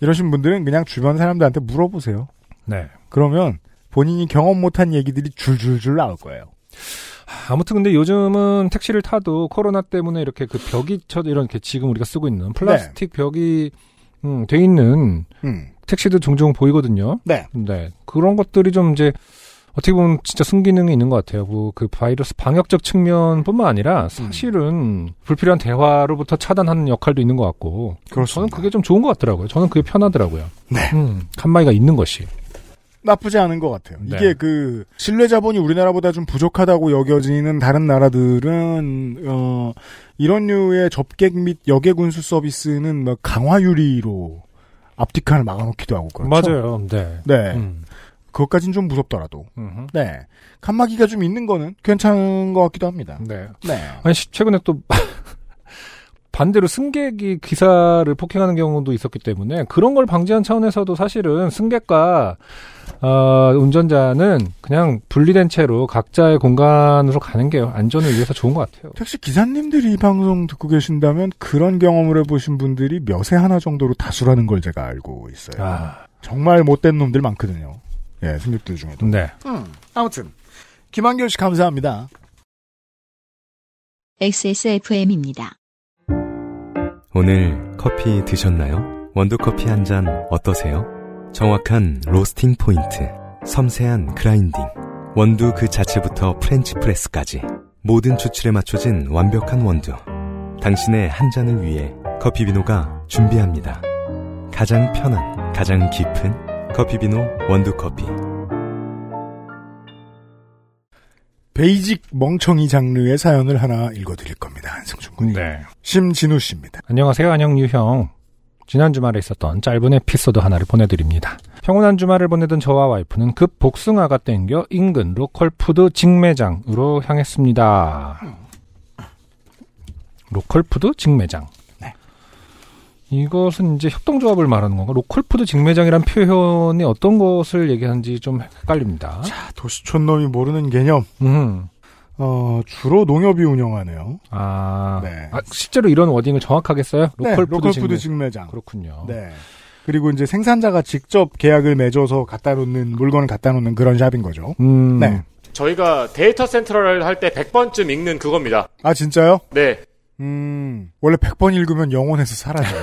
이러신 분들은 그냥 주변 사람들한테 물어보세요. 네. 그러면 본인이 경험 못한 얘기들이 줄줄줄 나올 거예요. 아무튼 근데 요즘은 택시를 타도 코로나 때문에 이렇게 그 벽이 쳐 이런 이렇게 지금 우리가 쓰고 있는 네. 플라스틱 벽이 음, 돼 있는 음. 택시도 종종 보이거든요. 네. 네. 그런 것들이 좀 이제 어떻게 보면 진짜 순기능이 있는 것 같아요. 뭐 그 바이러스 방역적 측면뿐만 아니라 음. 사실은 불필요한 대화로부터 차단하는 역할도 있는 것 같고 저는 그렇습니다. 그게 좀 좋은 것 같더라고요. 저는 그게 편하더라고요. 네. 음, 칸막이가 있는 것이. 나쁘지 않은 것 같아요. 네. 이게 그 신뢰 자본이 우리나라보다 좀 부족하다고 여겨지는 다른 나라들은 어 이런 류의 접객 및 여객 운수 서비스는 막 강화유리로 앞뒤칸을 막아놓기도 하고 그렇죠. 맞아요. 네. 네, 음. 그것까진 좀 무섭더라도. 음흠. 네, 칸막이가 좀 있는 거는 괜찮은 것 같기도 합니다. 네. 네, 아니 시- 최근에 또 반대로 승객이 기사를 폭행하는 경우도 있었기 때문에 그런 걸 방지한 차원에서도 사실은 승객과 어, 운전자는 그냥 분리된 채로 각자의 공간으로 가는 게 안전을 위해서 좋은 것 같아요. 택시 기사님들이 이 방송 듣고 계신다면 그런 경험을 해보신 분들이 몇에 하나 정도로 다수라는 걸 제가 알고 있어요. 아, 정말 못된 놈들 많거든요. 예, 승객들 중에도. 네. 음, 아무튼 김한결 씨 감사합니다. XSFM입니다. 오늘 커피 드셨나요? 원두커피 한 잔 어떠세요? 정확한 로스팅 포인트, 섬세한 그라인딩, 원두 그 자체부터 프렌치 프레스까지 모든 추출에 맞춰진 완벽한 원두. 당신의 한 잔을 위해 커피비노가 준비합니다. 가장 편한, 가장 깊은 커피비노 원두커피. 베이직 멍청이 장르의 사연을 하나 읽어드릴 겁니다. 한승준 군이. 네. 심진우 씨입니다. 안녕하세요, 안녕유 형. 지난 주말에 있었던 짧은 에피소드 하나를 보내드립니다. 평온한 주말을 보내던 저와 와이프는 급 복숭아가 땡겨 인근 로컬푸드 직매장으로 향했습니다. 로컬푸드 직매장. 네. 이것은 이제 협동조합을 말하는 건가? 로컬푸드 직매장이란 표현이 어떤 것을 얘기하는지 좀 헷갈립니다. 자, 아, 도시촌 놈이 모르는 개념. 음. 어, 주로 농협이 운영하네요. 아, 네. 아, 실제로 이런 워딩을 정확하게 써요? 네, 로컬푸드 로컬푸드 직매장. 직매장. 그렇군요. 네. 그리고 이제 생산자가 직접 계약을 맺어서 갖다 놓는 물건을 갖다 놓는 그런 샵인 거죠. 음. 네. 저희가 데이터 센트럴을 할 때 100번쯤 읽는 그겁니다. 아 진짜요? 네. 음. 원래 100번 읽으면 영혼에서 사라져요.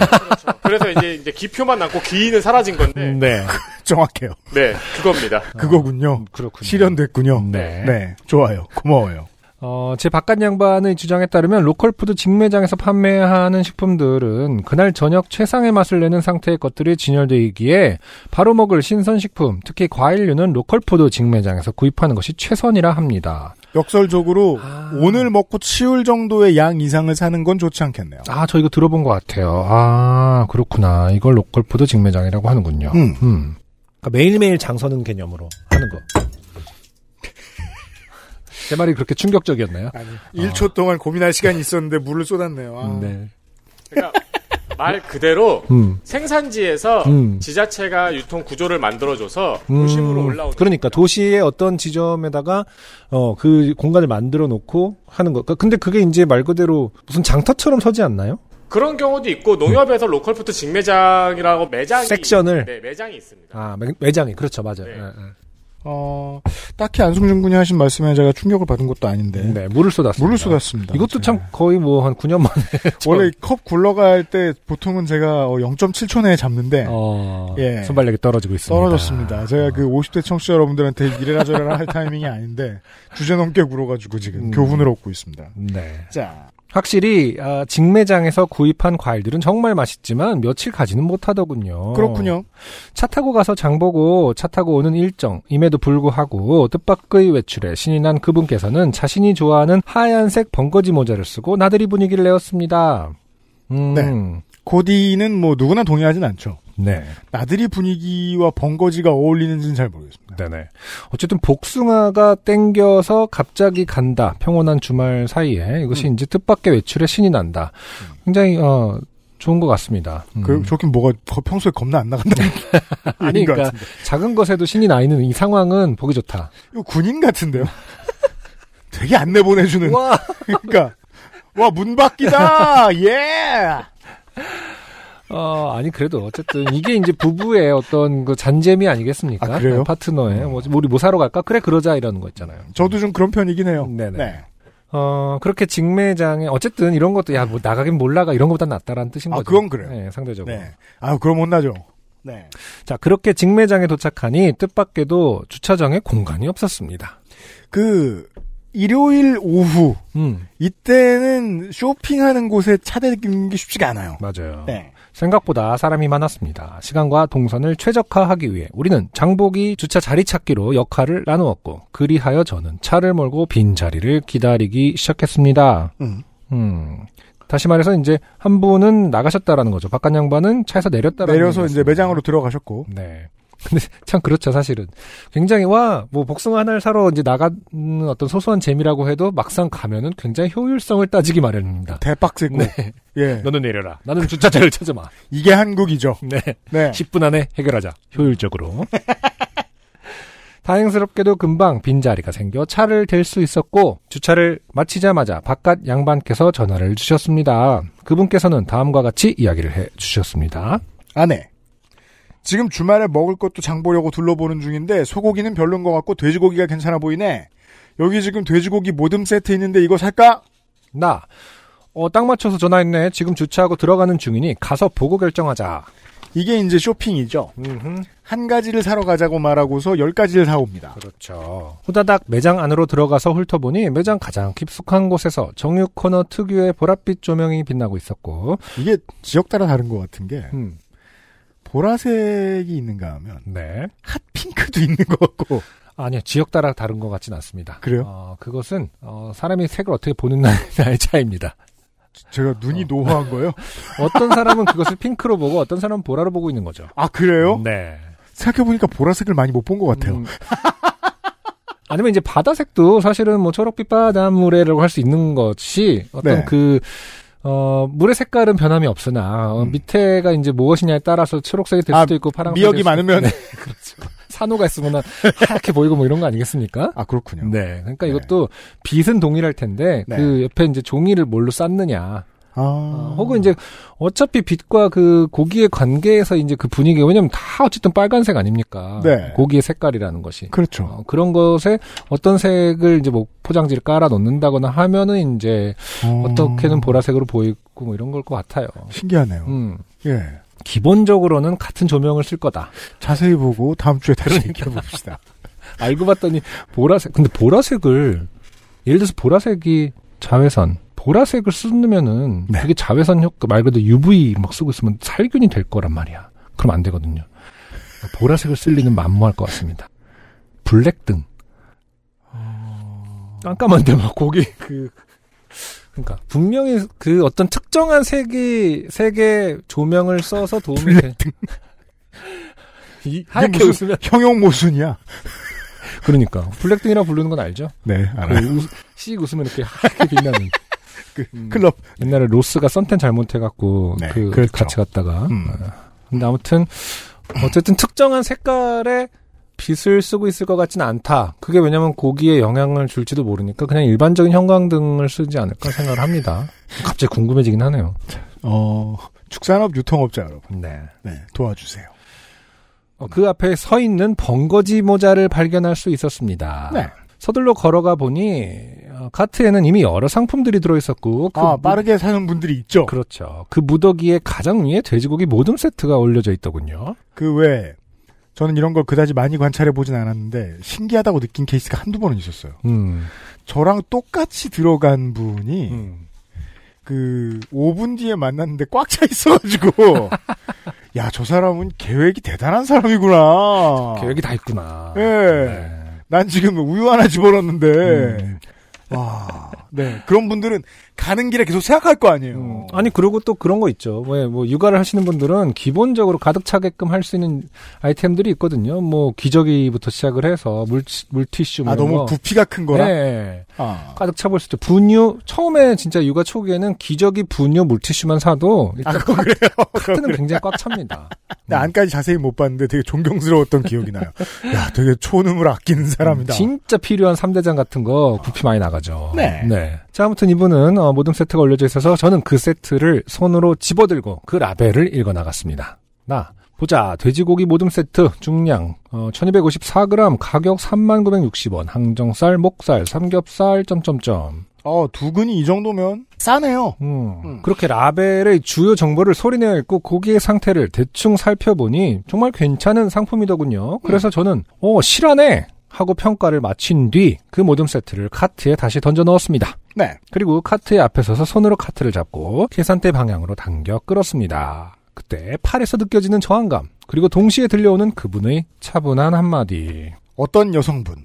그래서 이제, 이제 기표만 남고 기인은 사라진 건데, 음. 네. 정확해요. 네, 그겁니다. 그거군요. 그렇군요. 실현됐군요. 네. 네. 좋아요. 고마워요. 어, 제 바깥 양반의 주장에 따르면 로컬푸드 직매장에서 판매하는 식품들은 그날 저녁 최상의 맛을 내는 상태의 것들이 진열되기에 바로 먹을 신선식품, 특히 과일류는 로컬푸드 직매장에서 구입하는 것이 최선이라 합니다. 역설적으로 아. 오늘 먹고 치울 정도의 양 이상을 사는 건 좋지 않겠네요. 아, 저 이거 들어본 것 같아요. 아, 그렇구나. 이걸 로컬푸드 직매장이라고 하는군요. 음. 음. 그러니까 매일매일 장서는 개념으로 하는 거. 제 말이 그렇게 충격적이었나요? 아니, 1초 동안 고민할 시간이 있었는데 물을 쏟았네요. 아. 네. 그러니까 말 그대로 음. 생산지에서 음. 지자체가 유통 구조를 만들어줘서 음, 도심으로 올라오는. 그러니까 도시의 어떤 지점에다가 어 그 공간을 만들어 놓고 하는 거. 근데 그게 이제 말 그대로 무슨 장터처럼 서지 않나요? 그런 경우도 있고, 농협에서 로컬푸드 직매장이라고 매장이. 섹션을? 네, 매장이 있습니다. 아 매, 매장이 그렇죠, 맞아요. 네. 예, 어, 딱히 안승준 군이 하신 말씀에 제가 충격을 받은 것도 아닌데 예. 네. 물을 쏟았습니다. 물을 쏟았습니다. 이것도 네. 참 거의 뭐 한 9년 만에 원래 컵 굴러갈 때 보통은 제가 0.7초 내에 잡는데 처음, 어, 예. 순발력이 떨어지고 있습니다. 떨어졌습니다. 제가 그 50대 청취자 여러분들한테 이래라 저래라 할 타이밍이 아닌데 주제 넘게 굴어가지고 지금 음. 교훈을 얻고 있습니다. 네. 자, 확실히 아, 직매장에서 구입한 과일들은 정말 맛있지만 며칠 가지는 못하더군요. 그렇군요. 차 타고 가서 장 보고 차 타고 오는 일정임에도 불구하고 뜻밖의 외출에 신이 난 그분께서는 자신이 좋아하는 하얀색 벙거지 모자를 쓰고 나들이 분위기를 내었습니다. 음, 네. 고디는 뭐 누구나 동의하진 않죠. 네. 나들이 분위기와 번거지가 어울리는지는 잘 모르겠습니다. 네네. 어쨌든 복숭아가 땡겨서 갑자기 음. 간다. 평온한 주말 사이에 이것이 이제 뜻밖의 외출에 신이 난다. 굉장히 어 좋은 것 같습니다. 음. 그, 좋긴 뭐가 거- 평소에 겁나 안 나간다. 아니, 것 그러니까 같은데. 작은 것에도 신이 나 있는 이 상황은 보기 좋다. 이거 군인 같은데요? 되게 안 내보내주는. 와, 그러니까 와 문밖이다. 예. 어, 아니 그래도 어쨌든 이게 이제 부부의 어떤 그 잔재미 아니겠습니까? 아, 그래요? 파트너의 뭐 우리 뭐 사러 갈까? 그래 그러자 이러는 거 있잖아요. 저도 좀 그런 편이긴 해요. 네네. 네. 어, 그렇게 직매장에, 어쨌든 이런 것도, 야, 뭐, 나가긴 뭘 나가, 이런 것보단 낫다라는 뜻인 아, 거죠. 그건 그래요. 네, 상대적으로. 네. 아 그럼 혼나죠. 네. 자, 그렇게 직매장에 도착하니 뜻밖에도 주차장에 공간이 없었습니다. 그 일요일 오후 음, 이때는 쇼핑하는 곳에 차 대기는 게 쉽지가 않아요. 맞아요. 네. 생각보다 사람이 많았습니다. 시간과 동선을 최적화하기 위해 우리는 장보기 주차 자리 찾기로 역할을 나누었고, 그리하여 저는 차를 몰고 빈 자리를 기다리기 시작했습니다. 음. 음. 다시 말해서 이제 한 분은 나가셨다라는 거죠. 바깥 양반은 차에서 내렸다라는 네. 내려서 이제 얘기였습니다. 매장으로 들어가셨고 네. 근데 참 그렇죠, 사실은. 굉장히 와, 뭐 복숭아 하나를 사러 이제 나가는 어떤 소소한 재미라고 해도 막상 가면은 굉장히 효율성을 따지기 마련입니다. 대박세고. 네. 예. 너는 내려라. 나는 주차자를 찾아마. 이게 한국이죠. 네. 네. 10분 안에 해결하자. 효율적으로. 다행스럽게도 금방 빈자리가 생겨 차를 댈 수 있었고 주차를 마치자마자 바깥 양반께서 전화를 주셨습니다. 그분께서는 다음과 같이 이야기를 해 주셨습니다. 아내. 지금 주말에 먹을 것도 장 보려고 둘러보는 중인데 소고기는 별론 것 같고 돼지고기가 괜찮아 보이네. 여기 지금 돼지고기 모듬 세트 있는데 이거 살까? 나, 어, 딱 맞춰서 전화했네. 지금 주차하고 들어가는 중이니 가서 보고 결정하자. 이게 이제 쇼핑이죠. 음, 한 가지를 사러 가자고 말하고서 열 가지를 사옵니다. 그렇죠. 후다닥 매장 안으로 들어가서 훑어보니 매장 가장 깊숙한 곳에서 정육 코너 특유의 보랏빛 조명이 빛나고 있었고, 이게 지역 따라 다른 것 같은 게 음, 보라색이 있는가 하면 네. 핫핑크도 있는 것 같고 아니요, 지역 따라 다른 것 같진 않습니다. 그래요? 어, 그것은, 어, 사람이 색을 어떻게 보는 나- 나의 차이입니다. 제가 어. 눈이 노화한 거예요? 어떤 사람은 그것을 핑크로 보고 어떤 사람은 보라로 보고 있는 거죠. 아 그래요? 네. 생각해보니까 보라색을 많이 못 본 것 같아요. 음. 아니면 이제 바다색도 사실은 뭐 초록빛 바다 물에라고 할 수 있는 것이 어떤 네. 그, 어, 물의 색깔은 변함이 없으나, 어, 음. 밑에가 이제 무엇이냐에 따라서 초록색이 될 아, 수도 있고 파란색이 네. 미역이 많으면 산호가 있으면 하얗게 보이고 뭐 이런 거 아니겠습니까? 아 그렇군요. 네. 그러니까 네. 이것도 빛은 동일할 텐데, 네. 그 옆에 이제 종이를 뭘로 쌓느냐. 아, 어, 혹은 이제 어차피 빛과 그 고기의 관계에서 이제 그 분위기, 왜냐면 다 어쨌든 빨간색 아닙니까? 네. 고기의 색깔이라는 것이. 그렇죠. 어, 그런 것에 어떤 색을 이제 뭐 포장지를 깔아 놓는다거나 하면은 이제 음. 어떻게든 보라색으로 보이고 뭐 이런 걸 것 같아요. 신기하네요. 음. 예. 기본적으로는 같은 조명을 쓸 거다. 자세히 보고 다음 주에 다시 그러니까. 얘기해 봅시다. 알고 봤더니 보라색. 근데 보라색을 예를 들어서 보라색이 자외선. 보라색을 쓰면은 네. 그게 자외선 효과 말 그대로 UV 막 쓰고 있으면 살균이 될 거란 말이야. 그럼 안 되거든요. 보라색을 쓸리는 만무할 것 같습니다. 블랙등. 어. 깜깜한데 막 고기 그 그러니까 분명히 그 어떤 특정한 색이 색의 조명을 써서 도움이 돼. 이 하얗게 이게 무슨 웃으면 형용 모순이야. 그러니까 블랙등이라 부르는 건 알죠? 네, 알아요. 그 웃- 씩 웃으면 이렇게 하얗게 빛나는. 음. 클럽. 옛날에 로스가 선텐 잘못해갖고 네, 그 그렇죠. 같이 갔다가. 어. 음. 근데 아무튼 어쨌든 특정한 색깔의 빛을 쓰고 있을 것 같진 않다. 그게 왜냐면 고기에 영향을 줄지도 모르니까 그냥 일반적인 형광등을 쓰지 않을까 생각을 합니다. 갑자기 궁금해지긴 하네요. 어, 축산업 유통업자 여러분. 네. 네, 도와주세요. 어, 그 앞에 서 있는 번거지 모자를 발견할 수 있었습니다. 네. 서둘러 걸어가 보니 어, 카트에는 이미 여러 상품들이 들어있었고 그 아, 무- 빠르게 사는 분들이 있죠. 그, 그렇죠. 그 무더기의 가장 위에 돼지고기 모듬 세트가 올려져 있더군요. 그 외에 저는 이런 걸 그다지 많이 관찰해 보진 않았는데 신기하다고 느낀 케이스가 한두 번은 있었어요. 음. 저랑 똑같이 들어간 분이 음. 그 5분 뒤에 만났는데 꽉 차 있어가지고 야 저 사람은 계획이 대단한 사람이구나. 계획이 다 있구나. 네. 예. 난 지금 우유 하나 집어넣었는데 음. 와, 네. 그런 분들은 가는 길에 계속 생각할 거 아니에요. 음, 아니 그리고 또 그런 거 있죠. 왜 뭐 육아를 하시는 분들은 기본적으로 가득 차게끔 할 수 있는 아이템들이 있거든요. 뭐 기저귀부터 시작을 해서 물 물티슈 뭐 아, 이런 너무 거. 부피가 큰 예, 거라? 예. 아. 가득 차볼 수 있죠. 분유 처음에 진짜 육아 초기에는 기저귀 분유 물티슈만 사도 아, 일단 그거 그래요? 그거 카트는 그래. 굉장히 꽉 찹니다. 나 네, 안까지 자세히 못 봤는데 되게 존경스러웠던 기억이 나요. 야, 되게 초능을 아끼는 사람이다. 진짜 필요한 3대장 같은 거 부피 많이 나가죠. 네. 자, 아무튼 이분은 어, 모듬 세트가 올려져 있어서 저는 그 세트를 손으로 집어들고 그 라벨을 읽어 나갔습니다. 나 보자. 돼지고기 모듬 세트 중량 어, 1254g 가격 3960원. 항정살, 목살, 삼겹살 점점점. 어, 두근이 이 정도면 싸네요. 음, 음. 그렇게 라벨의 주요 정보를 소리내어 읽고 고기의 상태를 대충 살펴보니 정말 괜찮은 상품이더군요. 그래서 저는 어 실하네 하고 평가를 마친 뒤 그 모듬 세트를 카트에 다시 던져 넣었습니다. 네. 그리고 카트의 앞에 서서 손으로 카트를 잡고 계산대 방향으로 당겨 끌었습니다. 그때 팔에서 느껴지는 저항감 그리고 동시에 들려오는 그분의 차분한 한마디. 어떤 여성분.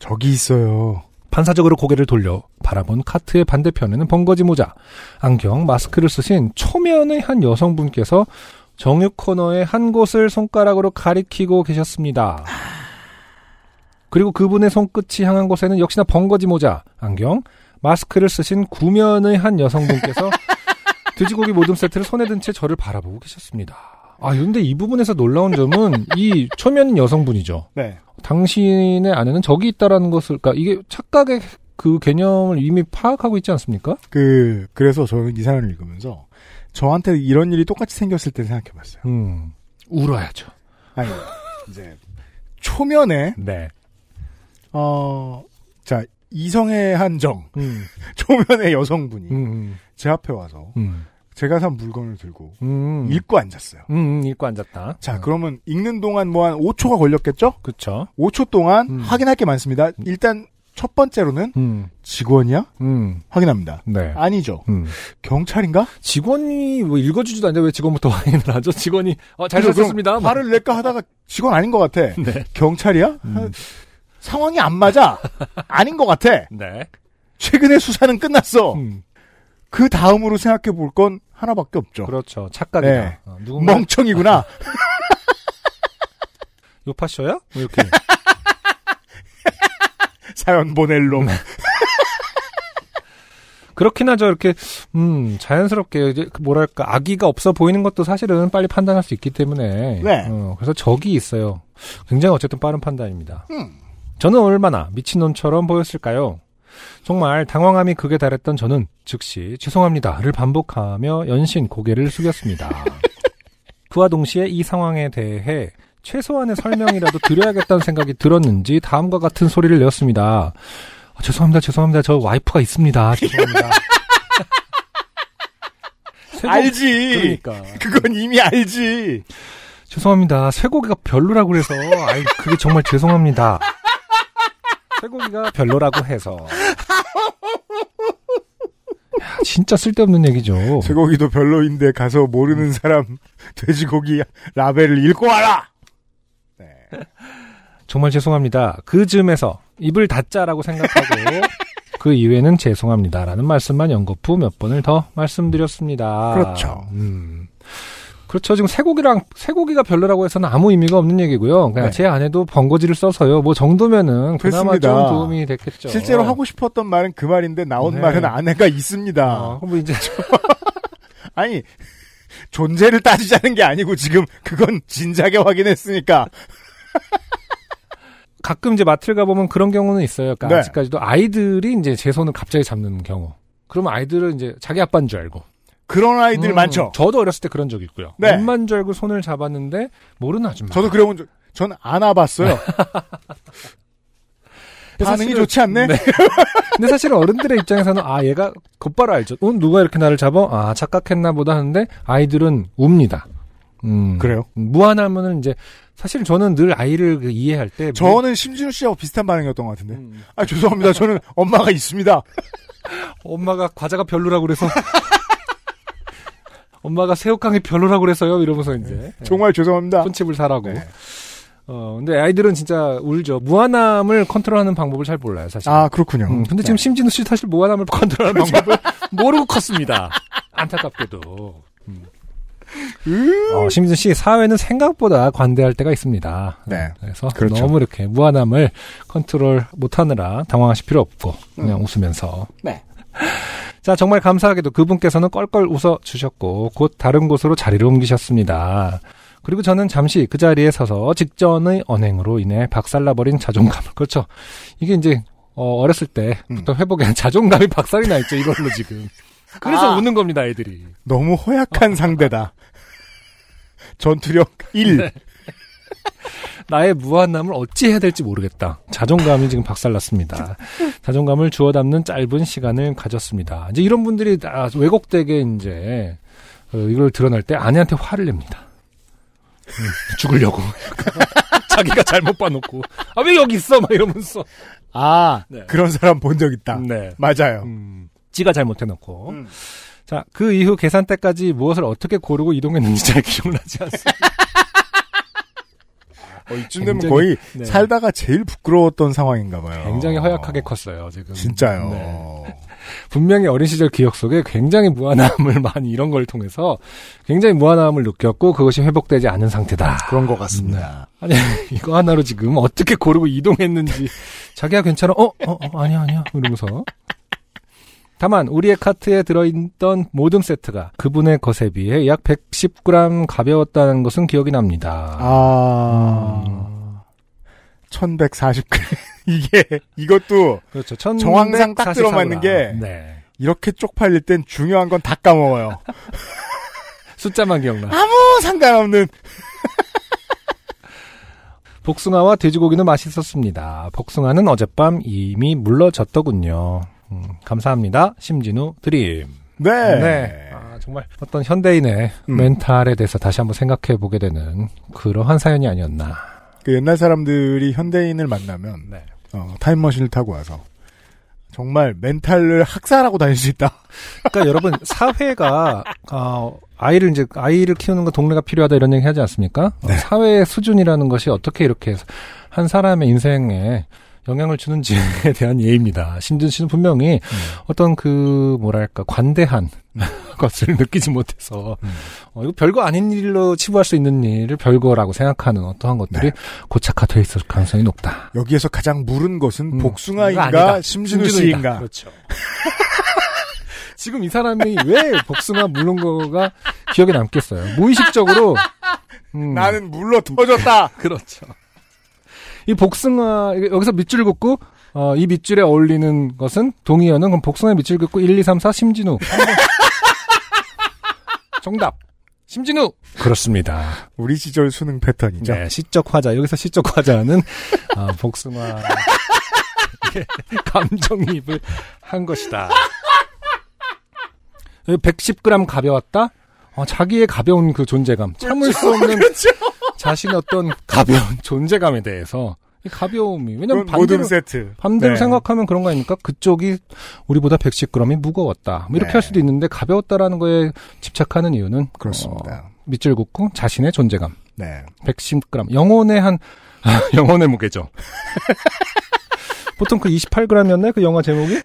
저기 있어요. 반사적으로 고개를 돌려 바라본 카트의 반대편에는 번거지 모자, 안경, 마스크를 쓰신 초면의 한 여성분께서 정육 코너의 한 곳을 손가락으로 가리키고 계셨습니다. 그리고 그분의 손끝이 향한 곳에는 역시나 번거지 모자, 안경, 마스크를 쓰신 구면의 한 여성분께서 돼지고기 모듬 세트를 손에 든 채 저를 바라보고 계셨습니다. 아, 근데 이 부분에서 놀라운 점은 이 초면인 여성분이죠. 네. 당신의 아내는 저기 있다라는 것을, 그러니까 이게 착각의 그 개념을 이미 파악하고 있지 않습니까? 그, 그래서 저는 이 사연을 읽으면서 저한테 이런 일이 똑같이 생겼을 때 생각해 봤어요. 음, 울어야죠. 아니, 이제, 초면에, 네. 어, 자, 이성의 한정, 음, 초면의 여성분이 음, 제 앞에 와서 음, 제가 산 물건을 들고 음, 읽고 앉았어요. 음, 음, 읽고 앉았다. 자, 그러면 읽는 동안 뭐 한 5초가 걸렸겠죠? 그쵸. 5초 동안 음. 확인할 게 많습니다. 일단 첫 번째로는 음, 직원이야? 음, 확인합니다. 네. 아니죠. 음. 경찰인가? 직원이 뭐 읽어주지도 않는데 왜 직원부터 확인을 하죠? 직원이, 어, 잘 그래서 그럼 썼습니다. 뭐. 화를 낼까 하다가 직원 아닌 것 같아. 네. 경찰이야? 하- 상황이 안 맞아. 아닌 것 같아. 네. 최근에 수사는 끝났어. 음, 그 다음으로 생각해 볼 건 하나밖에 없죠. 그렇죠. 착각이다. 네. 어, 누군가 멍청이구나. 뭐. 요파쇼야? 뭐 이렇게. 사연 보낼 놈. 네. 그렇긴 하죠. 이렇게 음 자연스럽게 이제 그 뭐랄까 아기가 없어 보이는 것도 사실은 빨리 판단할 수 있기 때문에 네. 어, 그래서 적이 있어요. 굉장히 어쨌든 빠른 판단입니다. 음. 저는 얼마나 미친놈처럼 보였을까요? 정말 당황함이 극에 달했던 저는 즉시 죄송합니다를 반복하며 연신 고개를 숙였습니다. 그와 동시에 이 상황에 대해 최소한의 설명이라도 드려야겠다는 생각이 들었는지 다음과 같은 소리를 내었습니다. 아, 죄송합니다, 죄송합니다. 저 와이프가 있습니다. 죄송합니다. 쇠고- 알지. 그러니까. 그건 이미 알지. 죄송합니다. 쇠고기가 별로라고 그래서 아이 그게 정말 죄송합니다. 쇠고기가 별로라고 해서 야, 진짜 쓸데없는 얘기죠. 쇠고기도 별로인데 가서 모르는 음. 사람 돼지고기 라벨을 읽고 와라. 네. 정말 죄송합니다. 그 즈음에서 입을 닫자라고 생각하고 그 이외에는 죄송합니다라는 말씀만 연거푸 몇 번을 더 말씀드렸습니다. 그렇죠. 음. 그렇죠. 지금 쇠고기랑 쇠고기가 별로라고 해서는 아무 의미가 없는 얘기고요. 그냥 네. 제 아내도 번거지를 써서요. 뭐 정도면은 그나마 됐습니다. 좀 도움이 됐겠죠. 실제로 하고 싶었던 말은 그 말인데 나온 어. 네. 말은 아내가 있습니다. 어, 뭐 이제 아니 존재를 따지자는 게 아니고 지금 그건 진작에 확인했으니까 가끔 이제 마트를 가보면 그런 경우는 있어요. 그러니까 네. 아직까지도 아이들이 이제 제 손을 갑자기 잡는 경우. 그러면 아이들은 이제 자기 아빠인 줄 알고. 그런 아이들 음, 많죠. 저도 어렸을 때 그런 적 있고요. 네. 엄마인 줄 알고 손을 잡았는데 모르는 아줌마. 저도 그래본 적, 전 안아봤어요. 반응이 사실은- 좋지 않네. 네. 근데 사실은 어른들의 입장에서는 아 얘가 곧바로 알죠. 응, 누가 이렇게 나를 잡아? 아 착각했나 보다 하는데 아이들은 웁니다. 음. 그래요? 무한하면은 이제 사실 저는 늘 아이를 그 이해할 때 저는 심진우 씨하고 비슷한 반응이었던 것 같은데. 음. 아 죄송합니다. 저는 엄마가 있습니다. 네. 엄마가 과자가 별로라고 그래서 엄마가 새우깡이 별로라고 그래서요 이러면서 이제 정말 죄송합니다. 콘칩을 사라고. 아. 네. 어, 근데 아이들은 진짜 울죠. 무한함을 컨트롤하는 방법을 잘 몰라요, 사실. 아 그렇군요. 음, 근데 지금 심진우 씨 사실 무한함을 컨트롤하는 방법을 모르고 컸습니다. 안타깝게도. 음. 음. 어, 심진우 씨 사회는 생각보다 관대할 때가 있습니다. 네. 그래서 그렇죠. 너무 이렇게 무한함을 컨트롤 못하느라 당황하실 필요 없고 그냥 음. 웃으면서. 네. 자 정말 감사하게도 그분께서는 껄껄 웃어 주셨고 곧 다른 곳으로 자리를 옮기셨습니다. 그리고 저는 잠시 그 자리에 서서 직전의 언행으로 인해 박살나버린 자존감을 그렇죠. 이게 이제 어, 어렸을 때부터 회복에 자존감이 박살이 나 있죠 이걸로 지금. 그래서 아. 우는 겁니다 아이들이. 너무 아. 허약한 상대다. 전투력 네. 1. 나의 무한함을 어찌 해야 될지 모르겠다. 자존감이 지금 박살났습니다. 자존감을 주워 담는 짧은 시간을 가졌습니다. 이제 이런 분들이 다 왜곡되게 이제 어, 이걸 드러낼 때 아내한테 화를 냅니다. 음, 죽으려고. 자기가 잘못 봐놓고 아 왜 여기 있어 막 이러면서 아 네. 그런 사람 본 적 있다. 네 맞아요. 음, 지가 잘못해놓고 음. 자 그 이후 계산대까지 무엇을 어떻게 고르고 이동했는지 잘 기억나지 않습니다 어, 이쯤 되면 굉장히- 거의 네. 살다가 제일 부끄러웠던 상황인가 봐요. 굉장히 허약하게 컸어요 지금 아. 진짜요. 네. 분명히 어린 시절 기억 속에 굉장히 무한함을 많이 이런 걸 통해서 굉장히 무한함을 느꼈고 그것이 회복되지 않은 상태다. 그런 것 같습니다. 아니 이거 하나로 지금 어떻게 고르고 이동했는지 자기야 괜찮아? 어? 어? 어, 아니야 아니야 이러면서 다만 우리의 카트에 들어있던 모듬 세트가 그분의 것에 비해 약 110g 가벼웠다는 것은 기억이 납니다. 아. 1140g. 이게, 이것도 그렇죠. 천 정황상 딱 144g. 들어맞는 게 네. 이렇게 쪽팔릴 땐 중요한 건 다 까먹어요. 숫자만 기억나. 아무 상관없는. 복숭아와 돼지고기는 맛있었습니다. 복숭아는 어젯밤 이미 물러졌더군요. 음, 감사합니다. 심진우 드림. 네. 아, 정말 어떤 현대인의 음. 멘탈에 대해서 다시 한번 생각해 보게 되는 그러한 사연이 아니었나. 그 옛날 사람들이 현대인을 만나면, 네. 어, 타임머신을 타고 와서, 정말 멘탈을 학살하고 다닐 수 있다. 그러니까 여러분 사회가 어, 아이를 이제 아이를 키우는 거 동네가 필요하다 이런 얘기 하지 않습니까? 어, 사회의 수준이라는 것이 어떻게 이렇게 해서 한 사람의 인생에 영향을 주는지에 대한 예입니다. 심준 씨는 분명히 어떤 그 뭐랄까 관대한 것을 느끼지 못해서 어, 이거 별거 아닌 일로 치부할 수 있는 일을 별거라고 생각하는 어떠한 것들이 고착화돼 있을 가능성이 높다. 여기에서 가장 무른 것은 음. 이거 복숭아인가 아니다. 심진우 심진우이다. 씨인가. 그렇죠. 지금 이 사람이 왜 복숭아 물른 거가 기억에 남겠어요. 무의식적으로 음, 나는 물러 터졌다. 그렇죠. 이 복숭아 여기서 밑줄 긋고 어, 이 밑줄에 어울리는 것은 동의어는 그럼 복숭아 밑줄 긋고 1, 2, 3, 4 심진우 정답 심진우 그렇습니다. 우리 시절 수능 패턴이죠. 네, 시적 화자. 여기서 시적 화자는 아, 복숭아 감정이입을 한 것이다. 110g 가벼웠다. 어, 자기의 가벼운 그 존재감, 참을 수 없는 그렇죠. 자신의 어떤 가벼운 존재감에 대해서 이 가벼움이 왜냐면 그건 모든 반대로 세트. 반대로 네. 생각하면 그런 거 아닙니까? 그쪽이 우리보다 110g이 무거웠다. 뭐 이렇게 네. 할 수도 있는데 가벼웠다라는 거에 집착하는 이유는 어, 그렇습니다. 밑줄 긋고 자신의 존재감. 네. 110g. 영혼의 한, 아, 영혼의 무게죠. 보통 그 28g이었나요? 그 영화 제목이?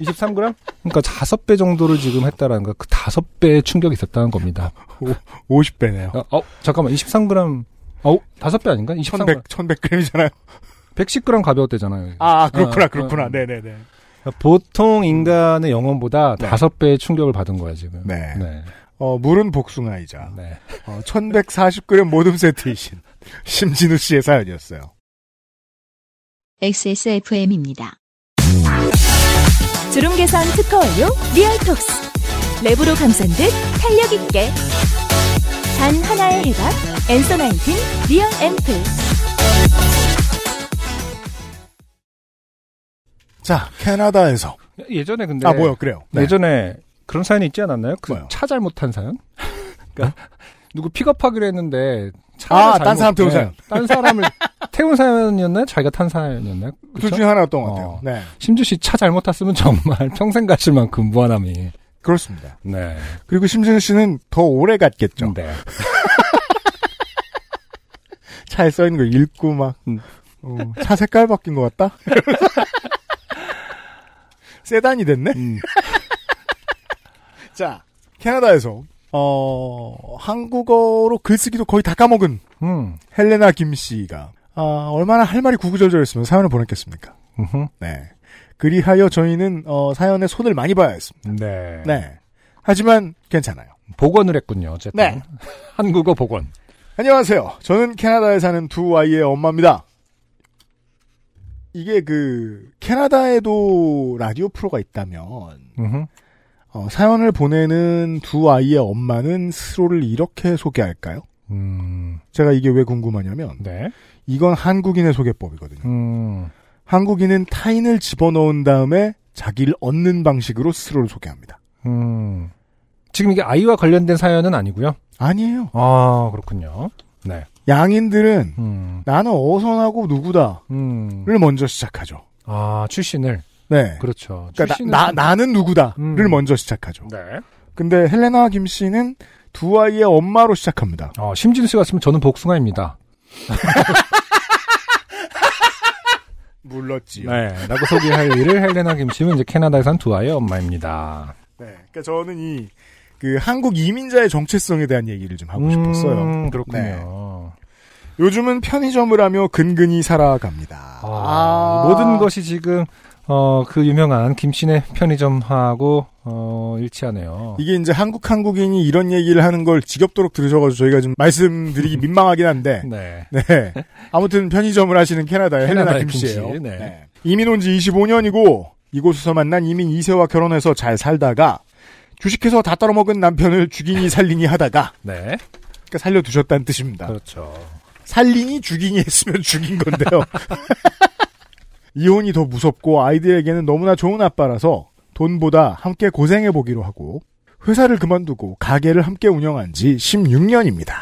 23g? 그러니까 5배 정도를 지금 했다라는 거. 그 5배의 충격이 있었다는 겁니다. 50배네요. 어, 어, 잠깐만. 23g. 어, 5배 아닌가? 23g. 1100, 1100g이잖아요. 110g 가벼웠대잖아요. 아, 그렇구나, 아, 그렇구나. 아, 아. 네네네. 보통 인간의 영혼보다 네. 5배의 충격을 받은 거야, 지금. 네. 네. 어, 물은 복숭아이자, 네. 어, 1140g 모듬 세트이신, 심진우 씨의 사연이었어요. XSFM입니다. 주름 계산 특허 완료 리얼톡스 랩으로 감싼 듯 탄력 있게 단 하나의 해답 엔서 나인틴 리얼 앰플 자, 캐나다에서. 예전에 근데. 아, 뭐요, 그래요. 네. 예전에 그런 사연이 있지 않았나요? 그 뭐요? 네? 차 잘못한 사연? 그러니까 누구 픽업하기로 했는데 차 네, 아, 딴 사람 태운 사연. 딴 사람을 태운 사연이었나요? 자기가 탄 사연이었나요? 둘 그렇죠? 중에 하나였던 것 같아요. 어. 네. 심주 씨 차 잘못 탔으면 정말 평생 가실 만큼 무한함이. 그렇습니다. 음. 네. 그리고 심진우 씨는 더 오래 갔겠죠. 네. 차에 써 있는 거 읽고 막, 음. 어, 차 색깔 바뀐 것 같다? 세단이 됐네? 자, 캐나다에서, 어, 한국어로 글쓰기도 거의 다 까먹은 음. 헬레나 김 씨가, 아, 얼마나 할 말이 구구절절했으면 사연을 보냈겠습니까? 음흠. 네. 그리하여 저희는, 어, 사연에 손을 많이 봐야 했습니다. 네. 네. 하지만, 괜찮아요. 복원을 했군요. 어쨌든. 네. 한국어 복원. 안녕하세요. 저는 캐나다에 사는 두 아이의 엄마입니다. 이게 그 캐나다에도 라디오 프로가 있다면 음흠. 어, 사연을 보내는 두 아이의 엄마는 스스로를 이렇게 소개할까요? 음. 제가 이게 왜 궁금하냐면 네. 이건 한국인의 소개법이거든요. 음. 한국인은 타인을 집어넣은 다음에 자기를 얻는 방식으로 스스로를 소개합니다. 음. 지금 이게 아이와 관련된 사연은 아니고요. 아니에요. 아, 그렇군요. 네. 양인들은 음. 나는 어선하고 누구다를 음. 먼저 시작하죠. 아, 출신을. 네. 그렇죠. 그러니까 출신을- 나, 는 누구다를 음. 먼저 시작하죠. 네. 근데 헬레나 김 씨는 두 아이의 엄마로 시작합니다. 어, 심진수 같으면 저는 복숭아입니다. 물렀지요. 네. 네. 라고 소개할 일을 헬레나 김씨는 이제 캐나다에 산 두 아이의 엄마입니다. 그러니까 저는 이 그 한국 이민자의 정체성에 대한 얘기를 좀 하고 싶었어요. 네. 음, 그렇군요. 요즘은 편의점을 하며 근근히 살아갑니다. 아, 아. 모든 것이 지금, 어, 그 유명한 김씨네 편의점하고, 어, 일치하네요. 이게 이제 한국 한국인이 이런 얘기를 하는 걸 지겹도록 들으셔가지고 저희가 좀 말씀드리기 민망하긴 한데 네. 네. 아무튼 편의점을 하시는 캐나다의 헬레나 캐나다의 김 씨예요. 김 씨, 네. 이민 온 지 25년이고 이곳에서 만난 이민 2세와 결혼해서 잘 살다가 주식해서 다 떨어먹은 남편을 죽이니 살리니 하다가 네. 그러니까 살려두셨다는 뜻입니다. 그렇죠. 살리니 죽이니 했으면 죽인 건데요. 이혼이 더 무섭고 아이들에게는 너무나 좋은 아빠라서 돈보다 함께 고생해 보기로 하고 회사를 그만두고 가게를 함께 운영한 지 16년입니다.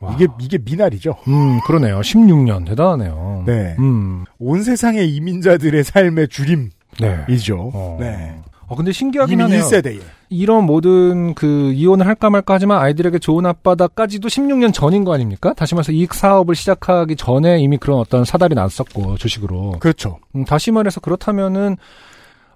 와. 이게 이게 미날이죠. 음, 그러네요. 16년. 대단하네요. 네. 음. 온 세상의 이민자들의 삶의 줄임이죠. 네. 어. 네. 어, 근데 신기하긴 이민 하네요. 1세대에. 이런 모든 그 이혼을 할까 말까 하지만 아이들에게 좋은 아빠다까지도 16년 전인 거 아닙니까? 다시 말해서 이익 사업을 시작하기 전에 이미 그런 어떤 사달이 났었고 주식으로. 그렇죠. 음, 다시 말해서 그렇다면은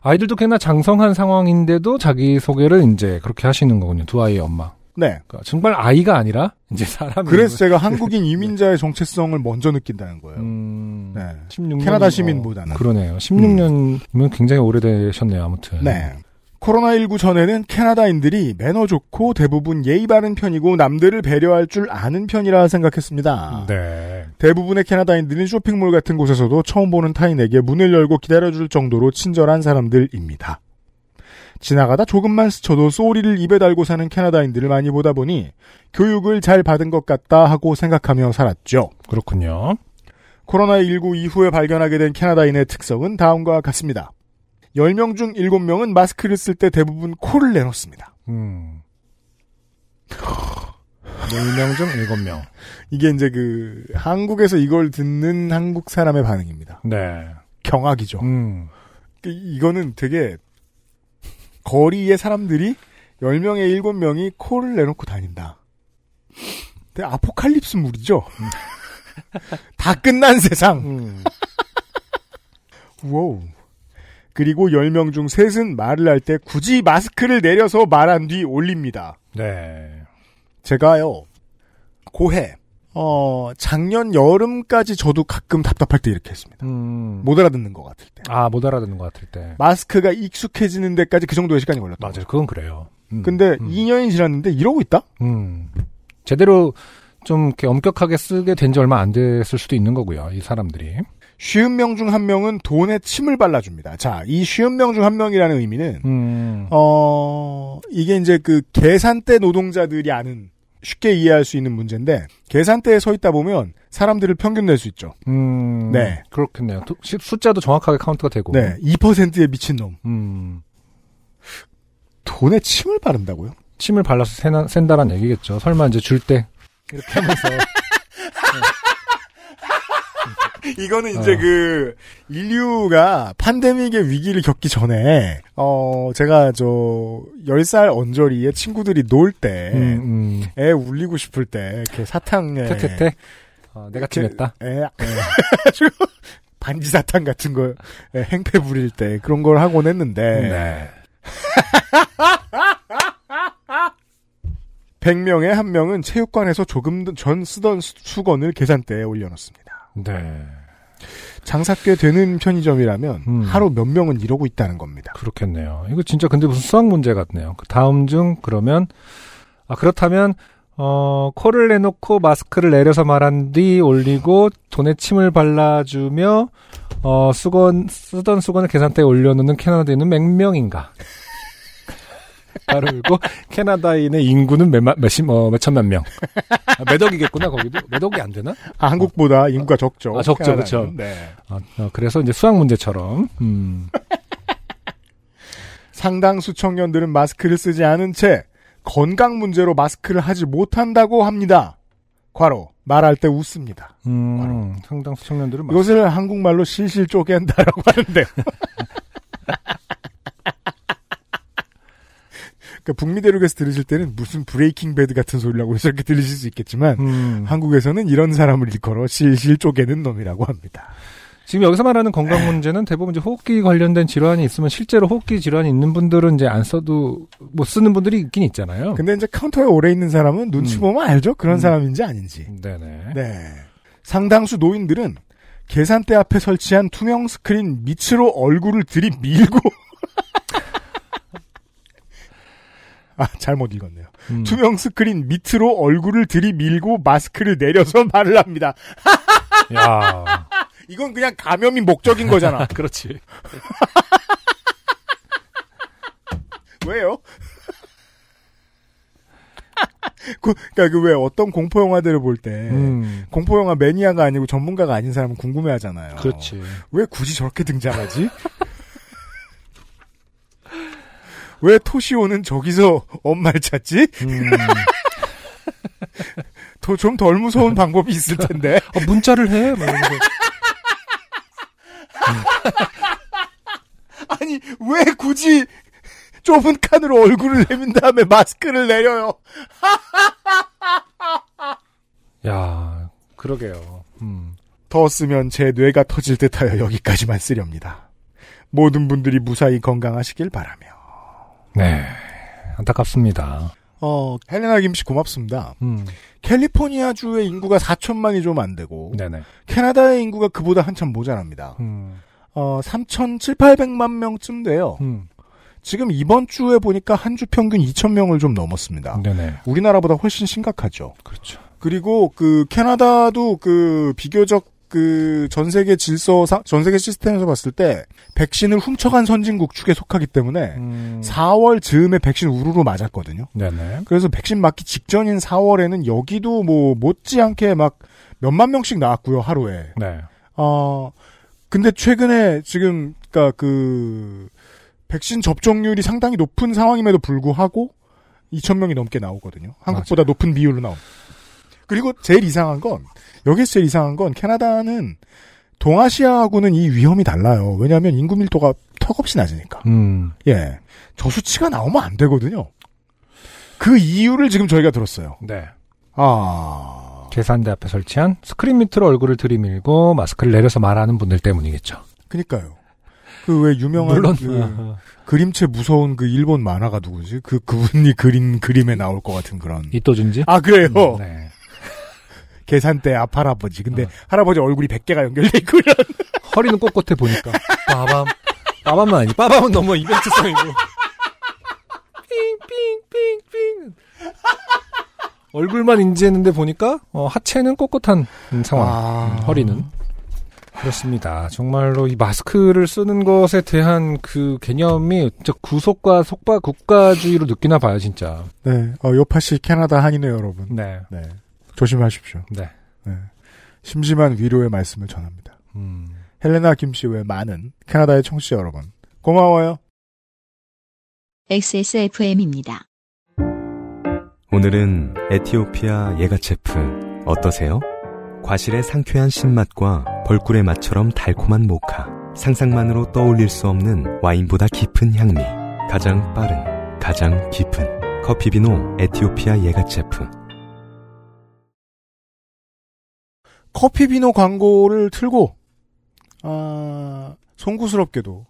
아이들도 꽤나 장성한 상황인데도 자기 소개를 이제 그렇게 하시는 거군요. 두 아이의 엄마. 네. 그러니까 정말 아이가 아니라 이제 사람이. 그래서 제가 한국인 이민자의 정체성을 먼저 느낀다는 거예요. 음, 네. 16년 캐나다 시민보다는. 음. 그러네요. 16년이면 굉장히 오래되셨네요. 아무튼. 네. 코로나19 전에는 캐나다인들이 매너 좋고 대부분 예의 바른 편이고 남들을 배려할 줄 아는 편이라 생각했습니다. 네. 대부분의 캐나다인들은 쇼핑몰 같은 곳에서도 처음 보는 타인에게 문을 열고 기다려줄 정도로 친절한 사람들입니다. 지나가다 조금만 스쳐도 소리를 입에 달고 사는 캐나다인들을 많이 보다 보니 교육을 잘 받은 것 같다 하고 생각하며 살았죠. 그렇군요. 코로나19 이후에 발견하게 된 캐나다인의 특성은 다음과 같습니다. 10명 중 7명은 마스크를 쓸 때 대부분 코를 내놓습니다. 음. 10명 중 7명. 이게 이제 그 한국에서 이걸 듣는 한국 사람의 반응입니다. 네. 경악이죠. 그 음. 이- 이거는 되게 거리의 사람들이 10명에 7명이 코를 내놓고 다닌다. 되게 아포칼립스물이죠. 음. 다 끝난 세상. 우와우. 그리고 10명 중 셋은 말을 할 때 굳이 마스크를 내려서 말한 뒤 올립니다. 네. 제가요. 고해. 어, 작년 여름까지 저도 가끔 답답할 때 이렇게 했습니다. 음. 못 알아듣는 것 같을 때. 아, 못 알아듣는 것 같을 때. 마스크가 익숙해지는 데까지 그 정도의 시간이 걸렸다. 맞아요. 그건 그래요. 음. 근데 음. 2년이 지났는데 이러고 있다? 음. 제대로 좀 이렇게 엄격하게 쓰게 된 지 얼마 안 됐을 수도 있는 거고요. 이 사람들이. 쉬운 명 중 한 명은 돈에 침을 발라줍니다. 자, 이 쉬운 명 중 한 명이라는 의미는 음. 어 이게 이제 그 계산대 노동자들이 아는 쉽게 이해할 수 있는 문제인데 계산대에 서 있다 보면 사람들을 평균 낼 수 있죠. 음. 네. 그렇겠네요. 도- 시- 숫자도 정확하게 카운트가 되고. 네, 2%의 미친 놈 음. 돈에 침을 바른다고요? 침을 발라서 센, 센다란 얘기겠죠. 설마 이제 줄 때. 이렇게 하면서. 이거는 이제 그 인류가 팬데믹의 위기를 겪기 전에 어 제가 저 10살 언저리에 친구들이 놀 때 애 음, 음. 울리고 싶을 때 이렇게 사탕에 태태태. 어, 내가 팀했다. 에, 에. 아주 예. 반지 사탕 같은 걸 에, 행패 부릴 때 그런 걸 하곤 했는데 네. 100명에 한 명은 체육관에서 조금 더- 전 쓰던 수- 수건을 계산대에 올려놓습니다. 네. 장사 꽤 되는 편의점이라면 음. 하루 몇 명은 이러고 있다는 겁니다. 그렇겠네요. 이거 진짜 근데 무슨 수학 문제 같네요. 그 다음 중 그러면 아 그렇다면 어 코를 내놓고 마스크를 내려서 말한 뒤 올리고 돈에 침을 발라주며 어 수건 쓰던 수건을 계산대에 올려놓는 캐나다인은 몇 명인가? 따로 읽고 캐나다인의 인구는 몇만 몇십 어 몇천만 명. 아, 몇 억이겠구나 거기도 몇 억이 안 되나? 아, 한국보다 인구가 적죠. 그, 아, 적죠, 캐나다는. 그쵸. 네. 아, 어, 그래서 이제 수학 문제처럼 음, 상당수 청년들은 마스크를 쓰지 않은 채 건강 문제로 마스크를 하지 못한다고 합니다. 과로 말할 때 웃습니다. 음 상당수 청년들은 막- 이것을 한국말로 실실 쪼갠다라고 하는데요. 그러니까 북미 대륙에서 들으실 때는 무슨 브레이킹 배드 같은 소리라고 해서 이렇게 들리실 수 있겠지만 음. 한국에서는 이런 사람을 일컬어 실실 쪼개는 놈이라고 합니다. 지금 여기서 말하는 건강 문제는 대부분 이제 호흡기 관련된 질환이 있으면 실제로 호흡기 질환이 있는 분들은 이제 안 써도 못 쓰는 분들이 있긴 있잖아요. 근데 이제 카운터에 오래 있는 사람은 눈치 음. 보면 알죠? 그런 음. 사람인지 아닌지. 네네. 네. 상당수 노인들은 계산대 앞에 설치한 투명 스크린 밑으로 얼굴을 들이밀고 아 잘못 읽었네요. 음. 투명 스크린 밑으로 얼굴을 들이밀고 마스크를 내려서 말을 합니다. 야. 이건 그냥 감염이 목적인 거잖아. 그렇지. 왜요? 그, 그니까 그 왜 어떤 공포 영화들을 볼 때 음. 공포 영화 매니아가 아니고 전문가가 아닌 사람은 궁금해하잖아요. 그렇지. 왜 굳이 저렇게 등장하지? 왜 토시오는 저기서 엄마를 찾지? 음. 좀 덜 무서운 방법이 있을 텐데. 어, 문자를 해. 막 이러면서. 아니, 왜 굳이 좁은 칸으로 얼굴을 내민 다음에 마스크를 내려요? 야. 그러게요. 음. 더 쓰면 제 뇌가 터질 듯하여 여기까지만 쓰렵니다. 모든 분들이 무사히 건강하시길 바라며. 네. 안타깝습니다. 어, 헬레나 김씨 고맙습니다. 음. 캘리포니아 주의 인구가 4천만이 좀 안 되고 네네. 캐나다의 인구가 그보다 한참 모자랍니다. 음. 어, 3,700만 명쯤 돼요. 음. 지금 이번 주에 보니까 한 주 평균 2,000명을 좀 넘었습니다. 네네. 우리나라보다 훨씬 심각하죠. 그렇죠. 그리고 그 캐나다도 그 비교적 그 전 세계 질서 전 세계 시스템에서 봤을 때 백신을 훔쳐간 선진국 축에 속하기 때문에 음. 4월 즈음에 백신 우르르 맞았거든요. 네네. 그래서 백신 맞기 직전인 4월에는 여기도 뭐 못지않게 막 몇만 명씩 나왔고요 하루에. 네. 어, 근데 최근에 지금, 그니까 그, 백신 접종률이 상당히 높은 상황임에도 불구하고, 2,000명이 넘게 나오거든요. 한국보다 높은 비율로 나옵니다. 그리고 제일 이상한 건, 여기서 제일 이상한 건, 캐나다는 동아시아하고는 이 위험이 달라요. 왜냐하면 인구 밀도가 턱없이 낮으니까. 음. 예. 저 수치가 나오면 안 되거든요. 그 이유를 지금 저희가 들었어요. 네. 아. 계산대 앞에 설치한 스크린 밑으로 얼굴을 들이밀고 마스크를 내려서 말하는 분들 때문이겠죠. 그니까요. 그 왜 유명한 물론 그 그림체 무서운 그 일본 만화가 누구지? 그 그분이 그린 그림에 나올 것 같은 그런. 이또준지. 아 그래요. 네. 계산대 앞 할아버지. 근데 어. 할아버지 얼굴이 100개가 연결돼 있고 이런. 허리는 꼿꼿해 보니까. 빠밤. 빠밤은 아니. 빠밤은 너무 이벤트성이고. 삥삥삥삥. 얼굴만 인지했는데 보니까 어, 하체는 꼿꼿한 음, 상황. 아. 허리는. 그렇습니다. 정말로 이 마스크를 쓰는 것에 대한 그 개념이 진짜 구속과 속박 국가주의로 느끼나 봐요, 진짜. 네. 어, 요파시 캐나다 한인회 여러분. 네. 네. 조심하십시오. 네. 네. 심심한 위로의 말씀을 전합니다. 음. 헬레나 김씨 외 많은 캐나다의 청취자 여러분. 고마워요. XSFM입니다. 오늘은 에티오피아 예가체프 어떠세요? 과실의 상쾌한 신맛과 벌꿀의 맛처럼 달콤한 모카. 상상만으로 떠올릴 수 없는 와인보다 깊은 향미. 가장 빠른, 가장 깊은 커피비노 에티오피아 예가체프. 커피 비노 광고를 틀고 아, 송구스럽게도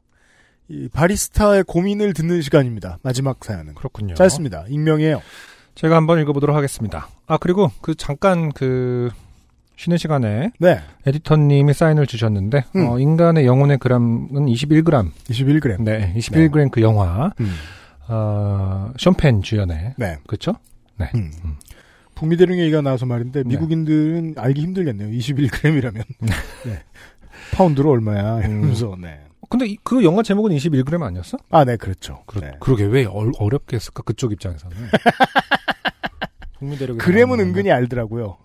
이 바리스타의 고민을 듣는 시간입니다. 마지막 사연은 그렇죠. 그렇군요. 짧습니다. 익명이에요. 제가 한번 읽어보도록 하겠습니다. 아 그리고 그 잠깐 그 쉬는 시간에 네, 에디터님이 사인을 주셨는데 음. 어, 인간의 영혼의 그램은 21g. 21g. 네, 21g 그 영화 음, 어, 션펜 주연의 네. 그렇죠? 음. 북미 대륙 얘기가 나와서 말인데 미국인들은 알기 힘들겠네요. 21g이라면 네. 파운드로 얼마야? 이러면서 네. 근데 이- 그 영화 제목은 21g 아니었어? 아, 네, 그렇죠. 그러, 네. 그러게 왜 얼- 어렵게 했을까 그쪽 입장에서는. 북미 대륙 그램은 은근히 알더라고요.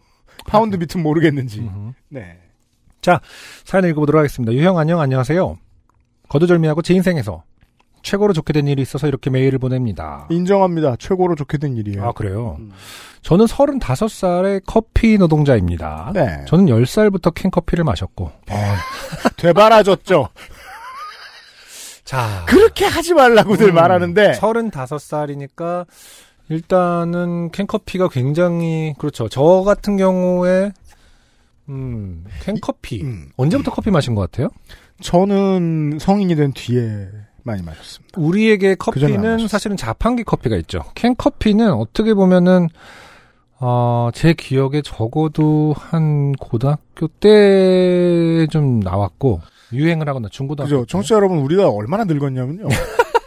파운드 비트 모르겠는지. 네. 음. 사연 읽어보도록 하겠습니다. 유형 안녕 안녕하세요. 거두절미하고 제 인생에서 최고로 좋게 된 일이 있어서 이렇게 메일을 보냅니다. 인정합니다. 최고로 좋게 된 일이에요. 아 그래요. 음. 저는 35살의 커피 노동자입니다. 네. 어, 저는 10살부터 캔커피를 마셨고 되바라졌죠. 자 음, 그렇게 하지 말라고들 말하는데 35살이니까 일단은 캔커피가 굉장히 그렇죠. 저 같은 경우에 음, 캔커피 음. 언제부터 커피 마신 것 같아요? 저는 성인이 된 뒤에 많이 마셨습니다. 우리에게 그전에 안 마셨어요. 커피는 사실은 자판기 커피가 있죠. 캔 커피는 어떻게 보면은 어, 제 기억에 적어도 한 고등학교 때 좀 나왔고 유행을 하거나 중고등학교 그죠? 때. 청취자 여러분, 우리가 얼마나 늙었냐면요.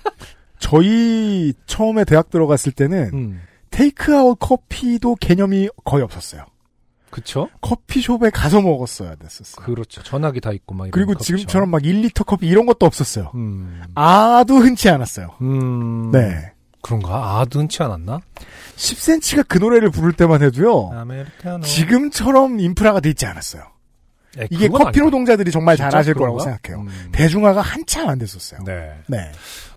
저희 처음에 대학 들어갔을 때는 음, 테이크아웃 커피도 개념이 거의 없었어요. 그쵸? 커피숍에 가서 먹었어야 됐었어요. 그렇죠. 전화기 다 있고 막 이런 그, 리고 커피숍. 지금처럼 막 1리터 커피 이런 것도 없었어요. 음, 아도 흔치 않았어요. 음, 네. 그런가? 아, 눈치 안 왔나? 10cm가 그 노래를 부를 때만 해도요. 아메리카노. 어. 지금처럼 인프라가 돼 있지 않았어요. 에, 이게 예, 그건 커피 아니다. 노동자들이 정말 진짜 잘하실 그런가? 거라고 생각해요. 음, 대중화가 한참 안 됐었어요. 네. 네.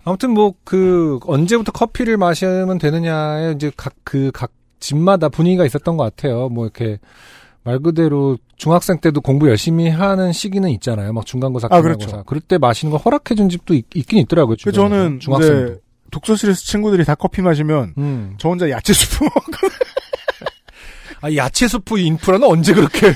아무튼 뭐 그 언제부터 커피를 마시면 되느냐에 이제 각 그 각 집마다 분위기가 있었던 것 같아요. 뭐 이렇게 말 그대로 중학생 때도 공부 열심히 하는 시기는 있잖아요. 막 중간고사, 아, 기말고사. 그렇죠. 그럴 때 마시는 거 허락해준 집도 있, 긴 있더라고요. 그 주변에서. 저는 중학생도. 이제 독서실에서 친구들이 다 커피 마시면 음. 저 혼자 야채 수프 먹고 아 야채 수프 인프라는 언제 그렇게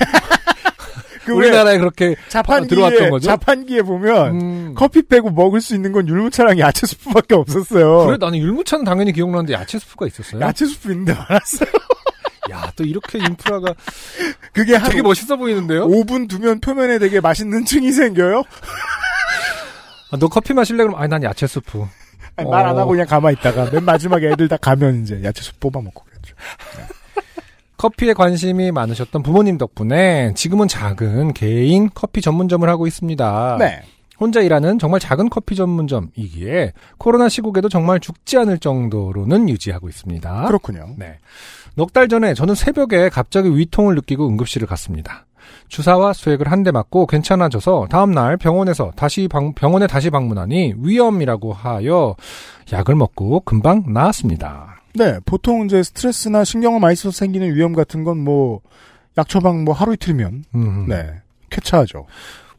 그 우리나라에 그렇게 왜 자판기에 파- 들어왔던 거죠? 자판기에 보면 음. 커피 빼고 먹을 수 있는 건 율무차랑 야채 수프밖에 없었어요. 그래 나는 율무차는 당연히 기억나는데 야채 수프가 있었어요. 야채 수프 있는데 많았어요. 야 또 이렇게 인프라가 그게 한 되게 멋있어 보이는데요? 5분 두면 표면에 되게 맛있는 층이 생겨요. 아, 너 커피 마실래 그럼 아니 난 야채 수프. 말 안 어. 하고 그냥 가만히 있다가 맨 마지막에 애들 다 가면 이제 야채 수프 뽑아 먹고 그랬죠. 커피에 관심이 많으셨던 부모님 덕분에 지금은 작은 개인 커피 전문점을 하고 있습니다. 네. 혼자 일하는 정말 작은 커피 전문점이기에 코로나 시국에도 정말 죽지 않을 정도로는 유지하고 아. 있습니다. 그렇군요. 네. 넉 달 전에 저는 새벽에 갑자기 위통을 느끼고 응급실을 갔습니다. 주사와 수액을 한 대 맞고 괜찮아져서 다음날 병원에서 다시 방, 병원에 다시 방문하니 위염이라고 하여 약을 먹고 금방 나았습니다. 네, 보통 이제 스트레스나 신경을 많이 써서 생기는 위험 같은 건 뭐 약 처방 뭐 하루 이틀이면 음. 네 쾌차하죠.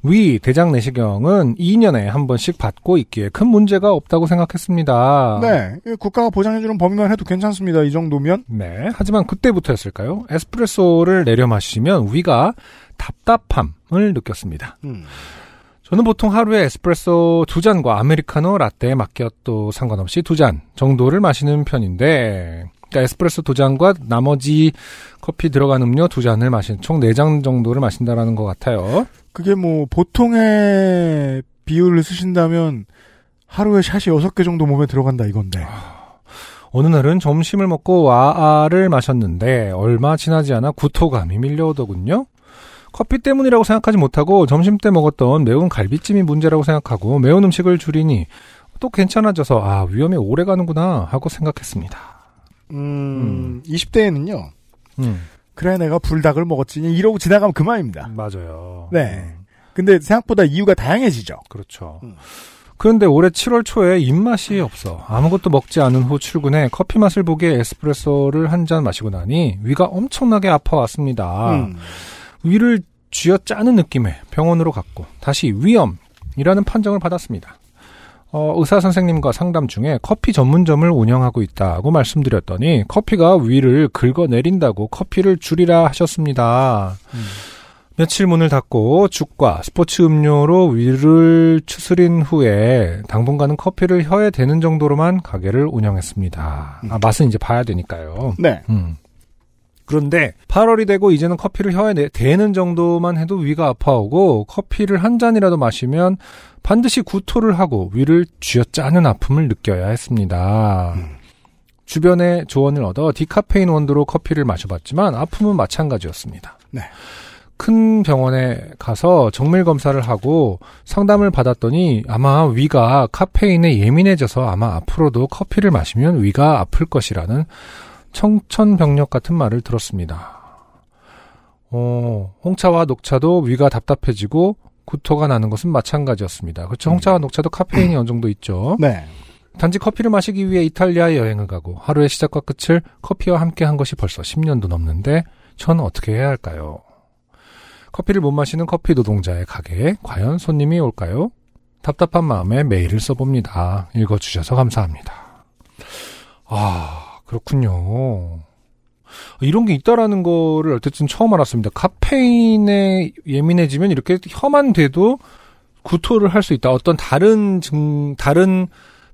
위 대장 내시경은 2년에 한 번씩 받고 있기에 큰 문제가 없다고 생각했습니다. 네, 이 국가가 보장해주는 범위만 해도 괜찮습니다. 이 정도면 네. 하지만 그때부터였을까요? 에스프레소를 내려 마시면 위가 답답함을 느꼈습니다. 저는 보통 하루에 에스프레소 두 잔과 아메리카노, 라떼, 마키아또 상관없이 두 잔 정도를 마시는 편인데, 그러니까 에스프레소 두 잔과 나머지 커피 들어간 음료 두 잔을 마신 총 네 잔 정도를 마신다라는 것 같아요. 그게 뭐 보통의 비율을 쓰신다면 하루에 샷이 여섯 개 정도 몸에 들어간다 이건데 아, 어느 날은 점심을 먹고 와아를 마셨는데 얼마 지나지 않아 구토감이 밀려오더군요. 커피 때문이라고 생각하지 못하고 점심 때 먹었던 매운 갈비찜이 문제라고 생각하고 매운 음식을 줄이니 또 괜찮아져서 아 위험이 오래 가는구나 하고 생각했습니다. 음, 20대에는요 음 그래 내가 불닭을 먹었지 이러고 지나가면 그만입니다. 맞아요. 음, 네. 근데 생각보다 이유가 다양해지죠. 그렇죠. 음. 그런데 올해 7월 초에 입맛이 없어 아무것도 먹지 않은 후 출근해 커피 맛을 보기에 에스프레소를 한 잔 마시고 나니 위가 엄청나게 아파왔습니다. 음. 위를 쥐어 짜는 느낌에 병원으로 갔고 다시 위염이라는 판정을 받았습니다. 어, 의사 선생님과 상담 중에 커피 전문점을 운영하고 있다고 말씀드렸더니 커피가 위를 긁어내린다고 커피를 줄이라 하셨습니다. 며칠 문을 닫고 죽과 스포츠 음료로 위를 추스린 후에 당분간은 커피를 혀에 대는 정도로만 가게를 운영했습니다. 아, 맛은 이제 봐야 되니까요. 네. 음. 그런데 8월이 되고 이제는 커피를 혀에 내- 대는 정도만 해도 위가 아파오고 커피를 한 잔이라도 마시면 반드시 구토를 하고 위를 쥐어짜는 아픔을 느껴야 했습니다. 주변의 조언을 얻어 디카페인 원두로 커피를 마셔봤지만 아픔은 마찬가지였습니다. 네. 큰 병원에 가서 정밀 검사를 하고 상담을 받았더니 아마 위가 카페인에 예민해져서 아마 앞으로도 커피를 마시면 위가 아플 것이라는 청천벽력 같은 말을 들었습니다. 어, 홍차와 녹차도 위가 답답해지고 구토가 나는 것은 마찬가지였습니다. 그렇죠. 홍차와 녹차도 카페인이 어느 정도 있죠. 네. 단지 커피를 마시기 위해 이탈리아에 여행을 가고 하루의 시작과 끝을 커피와 함께 한 것이 벌써 10년도 넘는데 전 어떻게 해야 할까요? 커피를 못 마시는 커피 노동자의 가게에 과연 손님이 올까요? 답답한 마음에 메일을 써봅니다. 읽어주셔서 감사합니다. 아, 그렇군요. 이런 게 있다라는 거를 어쨌든 처음 알았습니다. 카페인에 예민해지면 이렇게 혀만 돼도 구토를 할 수 있다. 어떤 다른 증, 다른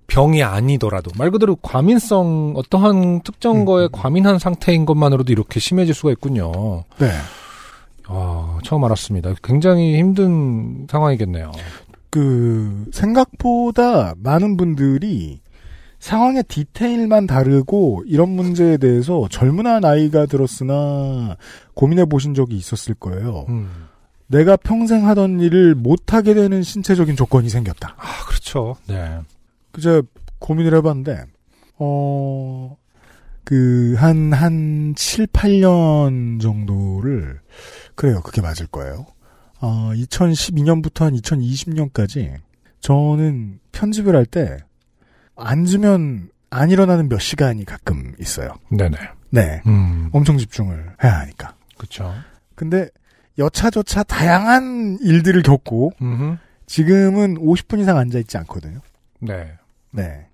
병이 아니더라도 말 그대로 과민성 어떠한 특정 거에 과민한 상태인 것만으로도 이렇게 심해질 수가 있군요. 네. 아, 처음 알았습니다. 굉장히 힘든 상황이겠네요. 그 생각보다 많은 분들이 상황의 디테일만 다르고 이런 문제에 대해서 젊은한 나이가 들었으나 고민해 보신 적이 있었을 거예요. 음. 내가 평생 하던 일을 못 하게 되는 신체적인 조건이 생겼다. 아, 그렇죠. 네. 그제 고민을 해봤는데 어. 그, 한, 한, 7, 8년 정도를, 그래요. 그게 맞을 거예요. 어, 2012년부터 한 2020년까지, 저는 편집을 할 때, 앉으면 안 일어나는 몇 시간이 가끔 있어요. 네네. 네. 음. 엄청 집중을 해야 하니까. 그렇죠. 근데, 여차저차 다양한 일들을 겪고, 음. 지금은 50분 이상 앉아있지 않거든요. 네. 네.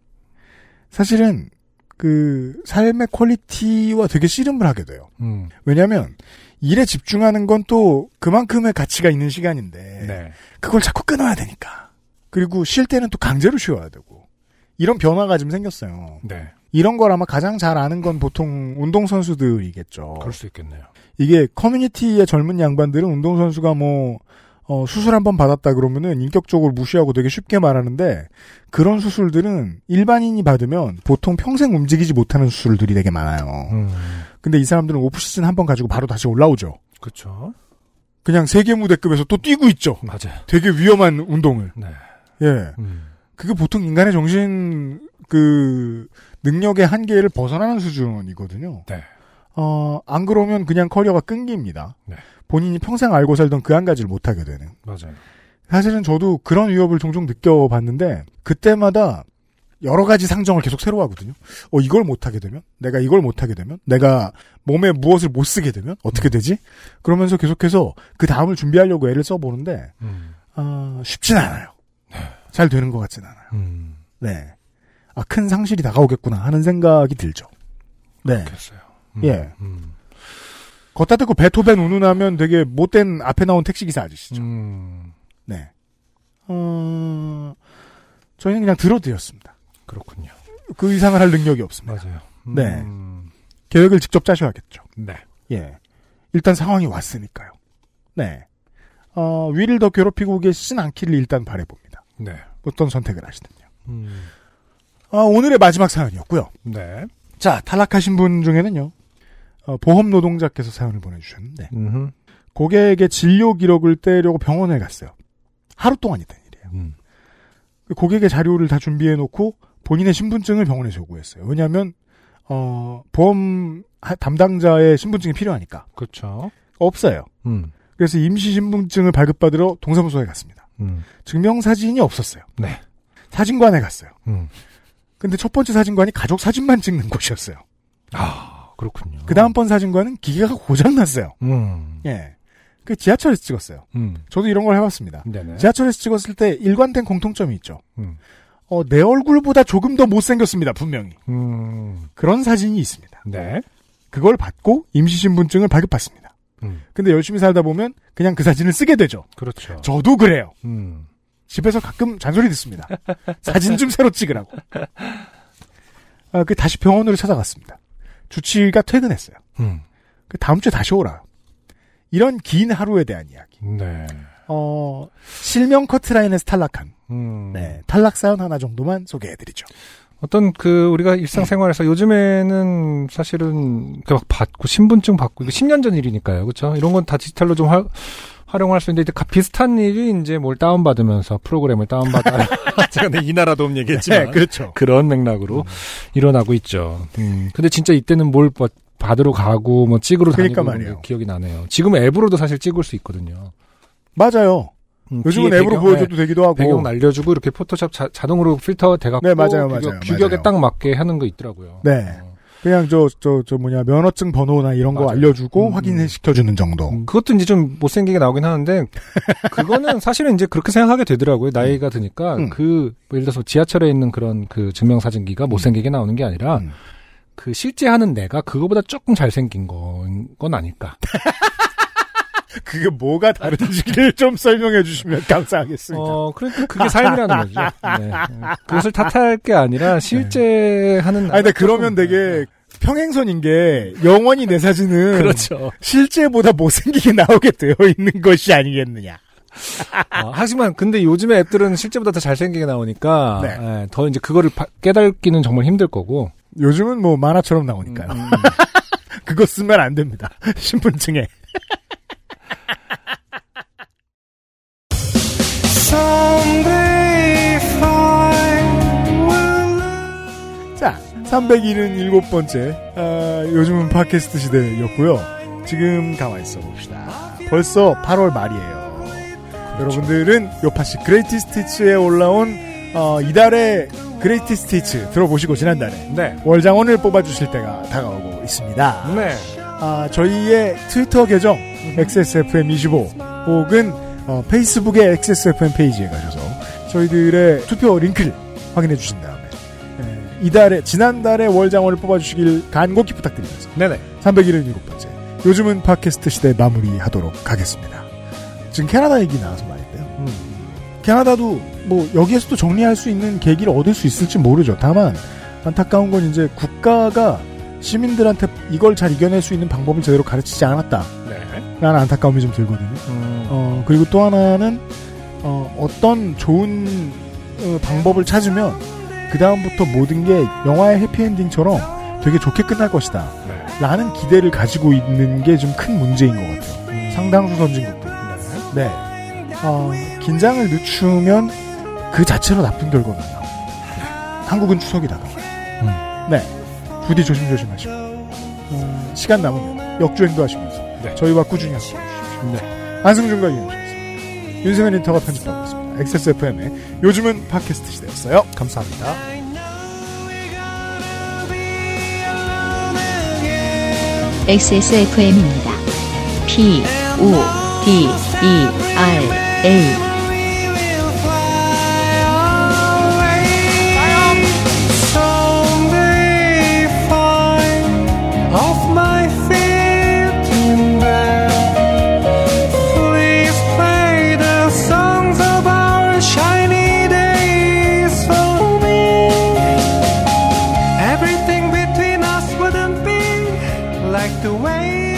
사실은 그 삶의 퀄리티와 되게 씨름을 하게 돼요. 음. 왜냐하면 일에 집중하는 건 또 그만큼의 가치가 있는 시간인데 네. 그걸 자꾸 끊어야 되니까. 그리고 쉴 때는 또 강제로 쉬어야 되고 이런 변화가 좀 생겼어요. 네. 이런 걸 아마 가장 잘 아는 건 보통 운동 선수들이겠죠. 그럴 수 있겠네요. 이게 커뮤니티의 젊은 양반들은 운동선수가 뭐, 어, 수술 한 번 받았다 그러면은 인격적으로 무시하고 되게 쉽게 말하는데, 그런 수술들은 일반인이 받으면 보통 평생 움직이지 못하는 수술들이 되게 많아요. 음. 근데 이 사람들은 오프시즌 한 번 가지고 바로 다시 올라오죠. 그렇죠. 그냥 세계 무대급에서 또 뛰고 있죠. 맞아요. 되게 위험한 운동을. 네. 예. 음. 그게 보통 인간의 정신, 그, 능력의 한계를 벗어나는 수준이거든요. 네. 어, 안 그러면 그냥 커리어가 끊깁니다. 네. 본인이 평생 알고 살던 그 한 가지를 못하게 되는. 맞아요. 사실은 저도 그런 위협을 종종 느껴봤는데, 그때마다 여러 가지 상정을 계속 새로 하거든요. 어, 이걸 못하게 되면? 내가 이걸 못하게 되면? 내가 몸에 무엇을 못 쓰게 되면? 음. 어떻게 되지? 그러면서 계속해서 그 다음을 준비하려고 애를 써보는데, 음. 아, 쉽진 않아요. 네. 잘 되는 것 같진 않아요. 음. 네. 아, 큰 상실이 다가오겠구나 하는 생각이 들죠. 네. 그랬어요. 음. 예. 음. 걷다 듣고 베토벤 운운하면 되게 못된 앞에 나온 택시기사 아저씨죠. 음. 네. 어, 저희는 그냥 들어드렸습니다. 그렇군요. 그 이상을 할 능력이 없습니다. 맞아요. 네. 음. 계획을 직접 짜셔야겠죠. 네. 예. 일단 상황이 왔으니까요. 네. 어, 위를 더 괴롭히고 계시진 않기를 일단 바라봅니다. 네. 어떤 선택을 하시든요. 음. 아, 오늘의 마지막 사연이었고요. 네. 자, 탈락하신 분 중에는요. 어, 보험 노동자께서 사연을 보내주셨는데 음. 고객에게 진료 기록을 떼려고 병원에 갔어요. 하루 동안 있던 일이에요. 음. 그 고객의 자료를 다 준비해 놓고 본인의 신분증을 병원에서 요구했어요. 왜냐하면 어, 보험 하- 담당자의 신분증이 필요하니까 그렇죠. 없어요. 음. 그래서 임시 신분증을 발급받으러 동사무소에 갔습니다. 음. 증명 사진이 없었어요. 네. 사진관에 갔어요. 음. 근데 첫 번째 사진관이 가족 사진만 찍는 곳이었어요. 아, 그렇군요. 그 다음 번 사진관은 기계가 고장 났어요. 음. 예. 그 지하철에서 찍었어요. 음. 저도 이런 걸 해봤습니다. 네네. 지하철에서 찍었을 때 일관된 공통점이 있죠. 음. 어, 내 얼굴보다 조금 더 못생겼습니다, 분명히. 음. 그런 사진이 있습니다. 네. 그걸 받고 임시신분증을 발급받습니다. 음. 근데 열심히 살다 보면 그냥 그 사진을 쓰게 되죠. 그렇죠. 저도 그래요. 음. 집에서 가끔 잔소리 듣습니다. 사진 좀 새로 찍으라고. 아, 그 다시 병원으로 찾아갔습니다. 주치의가 퇴근했어요. 음. 그 다음 주에 다시 오라. 이런 긴 하루에 대한 이야기. 네. 어, 실명 커트라인에서 탈락한, 음. 네, 탈락 사연 하나 정도만 소개해드리죠. 어떤 그 우리가 일상생활에서 요즘에는 사실은 그 막 받고 신분증 받고 이거 10년 전 일이니까요. 그렇죠? 이런 건 다 디지털로 좀 활- 활용할 수 있는데 이제 가- 비슷한 일이 이제 뭘 다운 받으면서 프로그램을 다운 받아 제가 내 이 나라 도움 얘기했지만 음. 네, 그렇죠. 그런 맥락으로 일어나고 있죠. 음. 근데 진짜 이때는 뭘 받- 받으러 가고 뭐 찍으러 그러니까 다니고 그런 말이에요. 게 기억이 나네요. 지금 앱으로도 사실 찍을 수 있거든요. 맞아요. 음, 요즘은 뒤에 앱으로 배경- 보여줘도 되기도 하고. 배경 날려주고 이렇게 포토샵 자, 동으로 필터 돼갖고 네, 규격, 맞아요, 맞아요, 규격에 맞아요. 딱 맞게 하는 거 있더라고요. 네. 어. 그냥 저, 저, 저 뭐냐, 면허증 번호나 이런 거 맞아요. 음, 알려주고 음. 확인시켜주는 정도. 음, 그것도 이제 좀 못생기게 나오긴 하는데 그거는 사실은 이제 그렇게 생각하게 되더라고요. 나이가 드니까 음. 그뭐 예를 들어서 지하철에 있는 그런 그 증명사진기가 못생기게 나오는 게 아니라 음. 그 실제 하는 내가 그거보다 조금 잘생긴 건, 건 아닐까. 그게 뭐가 다른지를 좀 설명해 주시면 감사하겠습니다. 어, 그러니까 그게 삶이라는 거죠. 네. 그것을 탓할 게 아니라 실제 하는 네. 아니, 근데 그러면 되게 평행선인 게 영원히 내 사진은 네, 그렇죠. 실제보다 못생기게 나오게 되어 있는 것이 아니겠느냐. 아, 하지만 근데 요즘에 앱들은 실제보다 더 잘생기게 나오니까 네. 예, 더 이제 그거를 바- 깨닫기는 정말 힘들 거고 요즘은 뭐 만화처럼 나오니까요. 음, 음. 그거 쓰면 안 됩니다. 신분증에. 자, 377번째. 아, 요즘은 팟캐스트 시대였고요. 지금 가만히 있어 봅시다. 벌써 8월 말이에요. 여러분들은 요파시 그레이티 스티치에 올라온 어, 이달의 그레이티 스티치 들어보시고 지난달에 네. 월장원을 뽑아주실 때가 다가오고 있습니다. 네. 아, 저희의 트위터 계정 XSFM25 혹은 어, 페이스북의 XSFM 페이지에 가셔서 저희들의 투표 링크를 확인해 주신 다음에 에, 이달에 지난달에 월장원을 뽑아주시길 간곡히 부탁드리면서 네네. 377번째 요즘은 팟캐스트 시대 마무리하도록 하겠습니다. 지금 캐나다 얘기 나와서 말인데요. 음. 캐나다도 뭐 여기에서도 정리할 수 있는 계기를 얻을 수 있을지 모르죠. 다만 안타까운 건 이제 국가가 시민들한테 이걸 잘 이겨낼 수 있는 방법을 제대로 가르치지 않았다라는 네. 안타까움이 좀 들거든요. 음. 어 그리고 또 하나는 어, 떤 좋은 어, 방법을 찾으면 그 다음부터 모든 게 영화의 해피엔딩처럼 되게 좋게 끝날 것이다. 네. 라는 기대를 가지고 있는 게 좀 큰 문제인 것 같아요. 음. 상당수 선진국들. 네. 어, 긴장을 늦추면 그 자체로 나쁜 결과가 나요. 한국은 추석이 다가와요. 음. 네. 부디 조심조심하시고. 어, 시간 남으면 역주행도 하시면서 네. 저희와 꾸준히 함께 해주십시오. 안승준과 유현수였습니다. 윤세민 인터가 편집하고 있습니다. XSFM의 요즘은 팟캐스트 시대였어요. 감사합니다. XSFM입니다. P, O, D, E, R, A. Everything between us wouldn't be like the way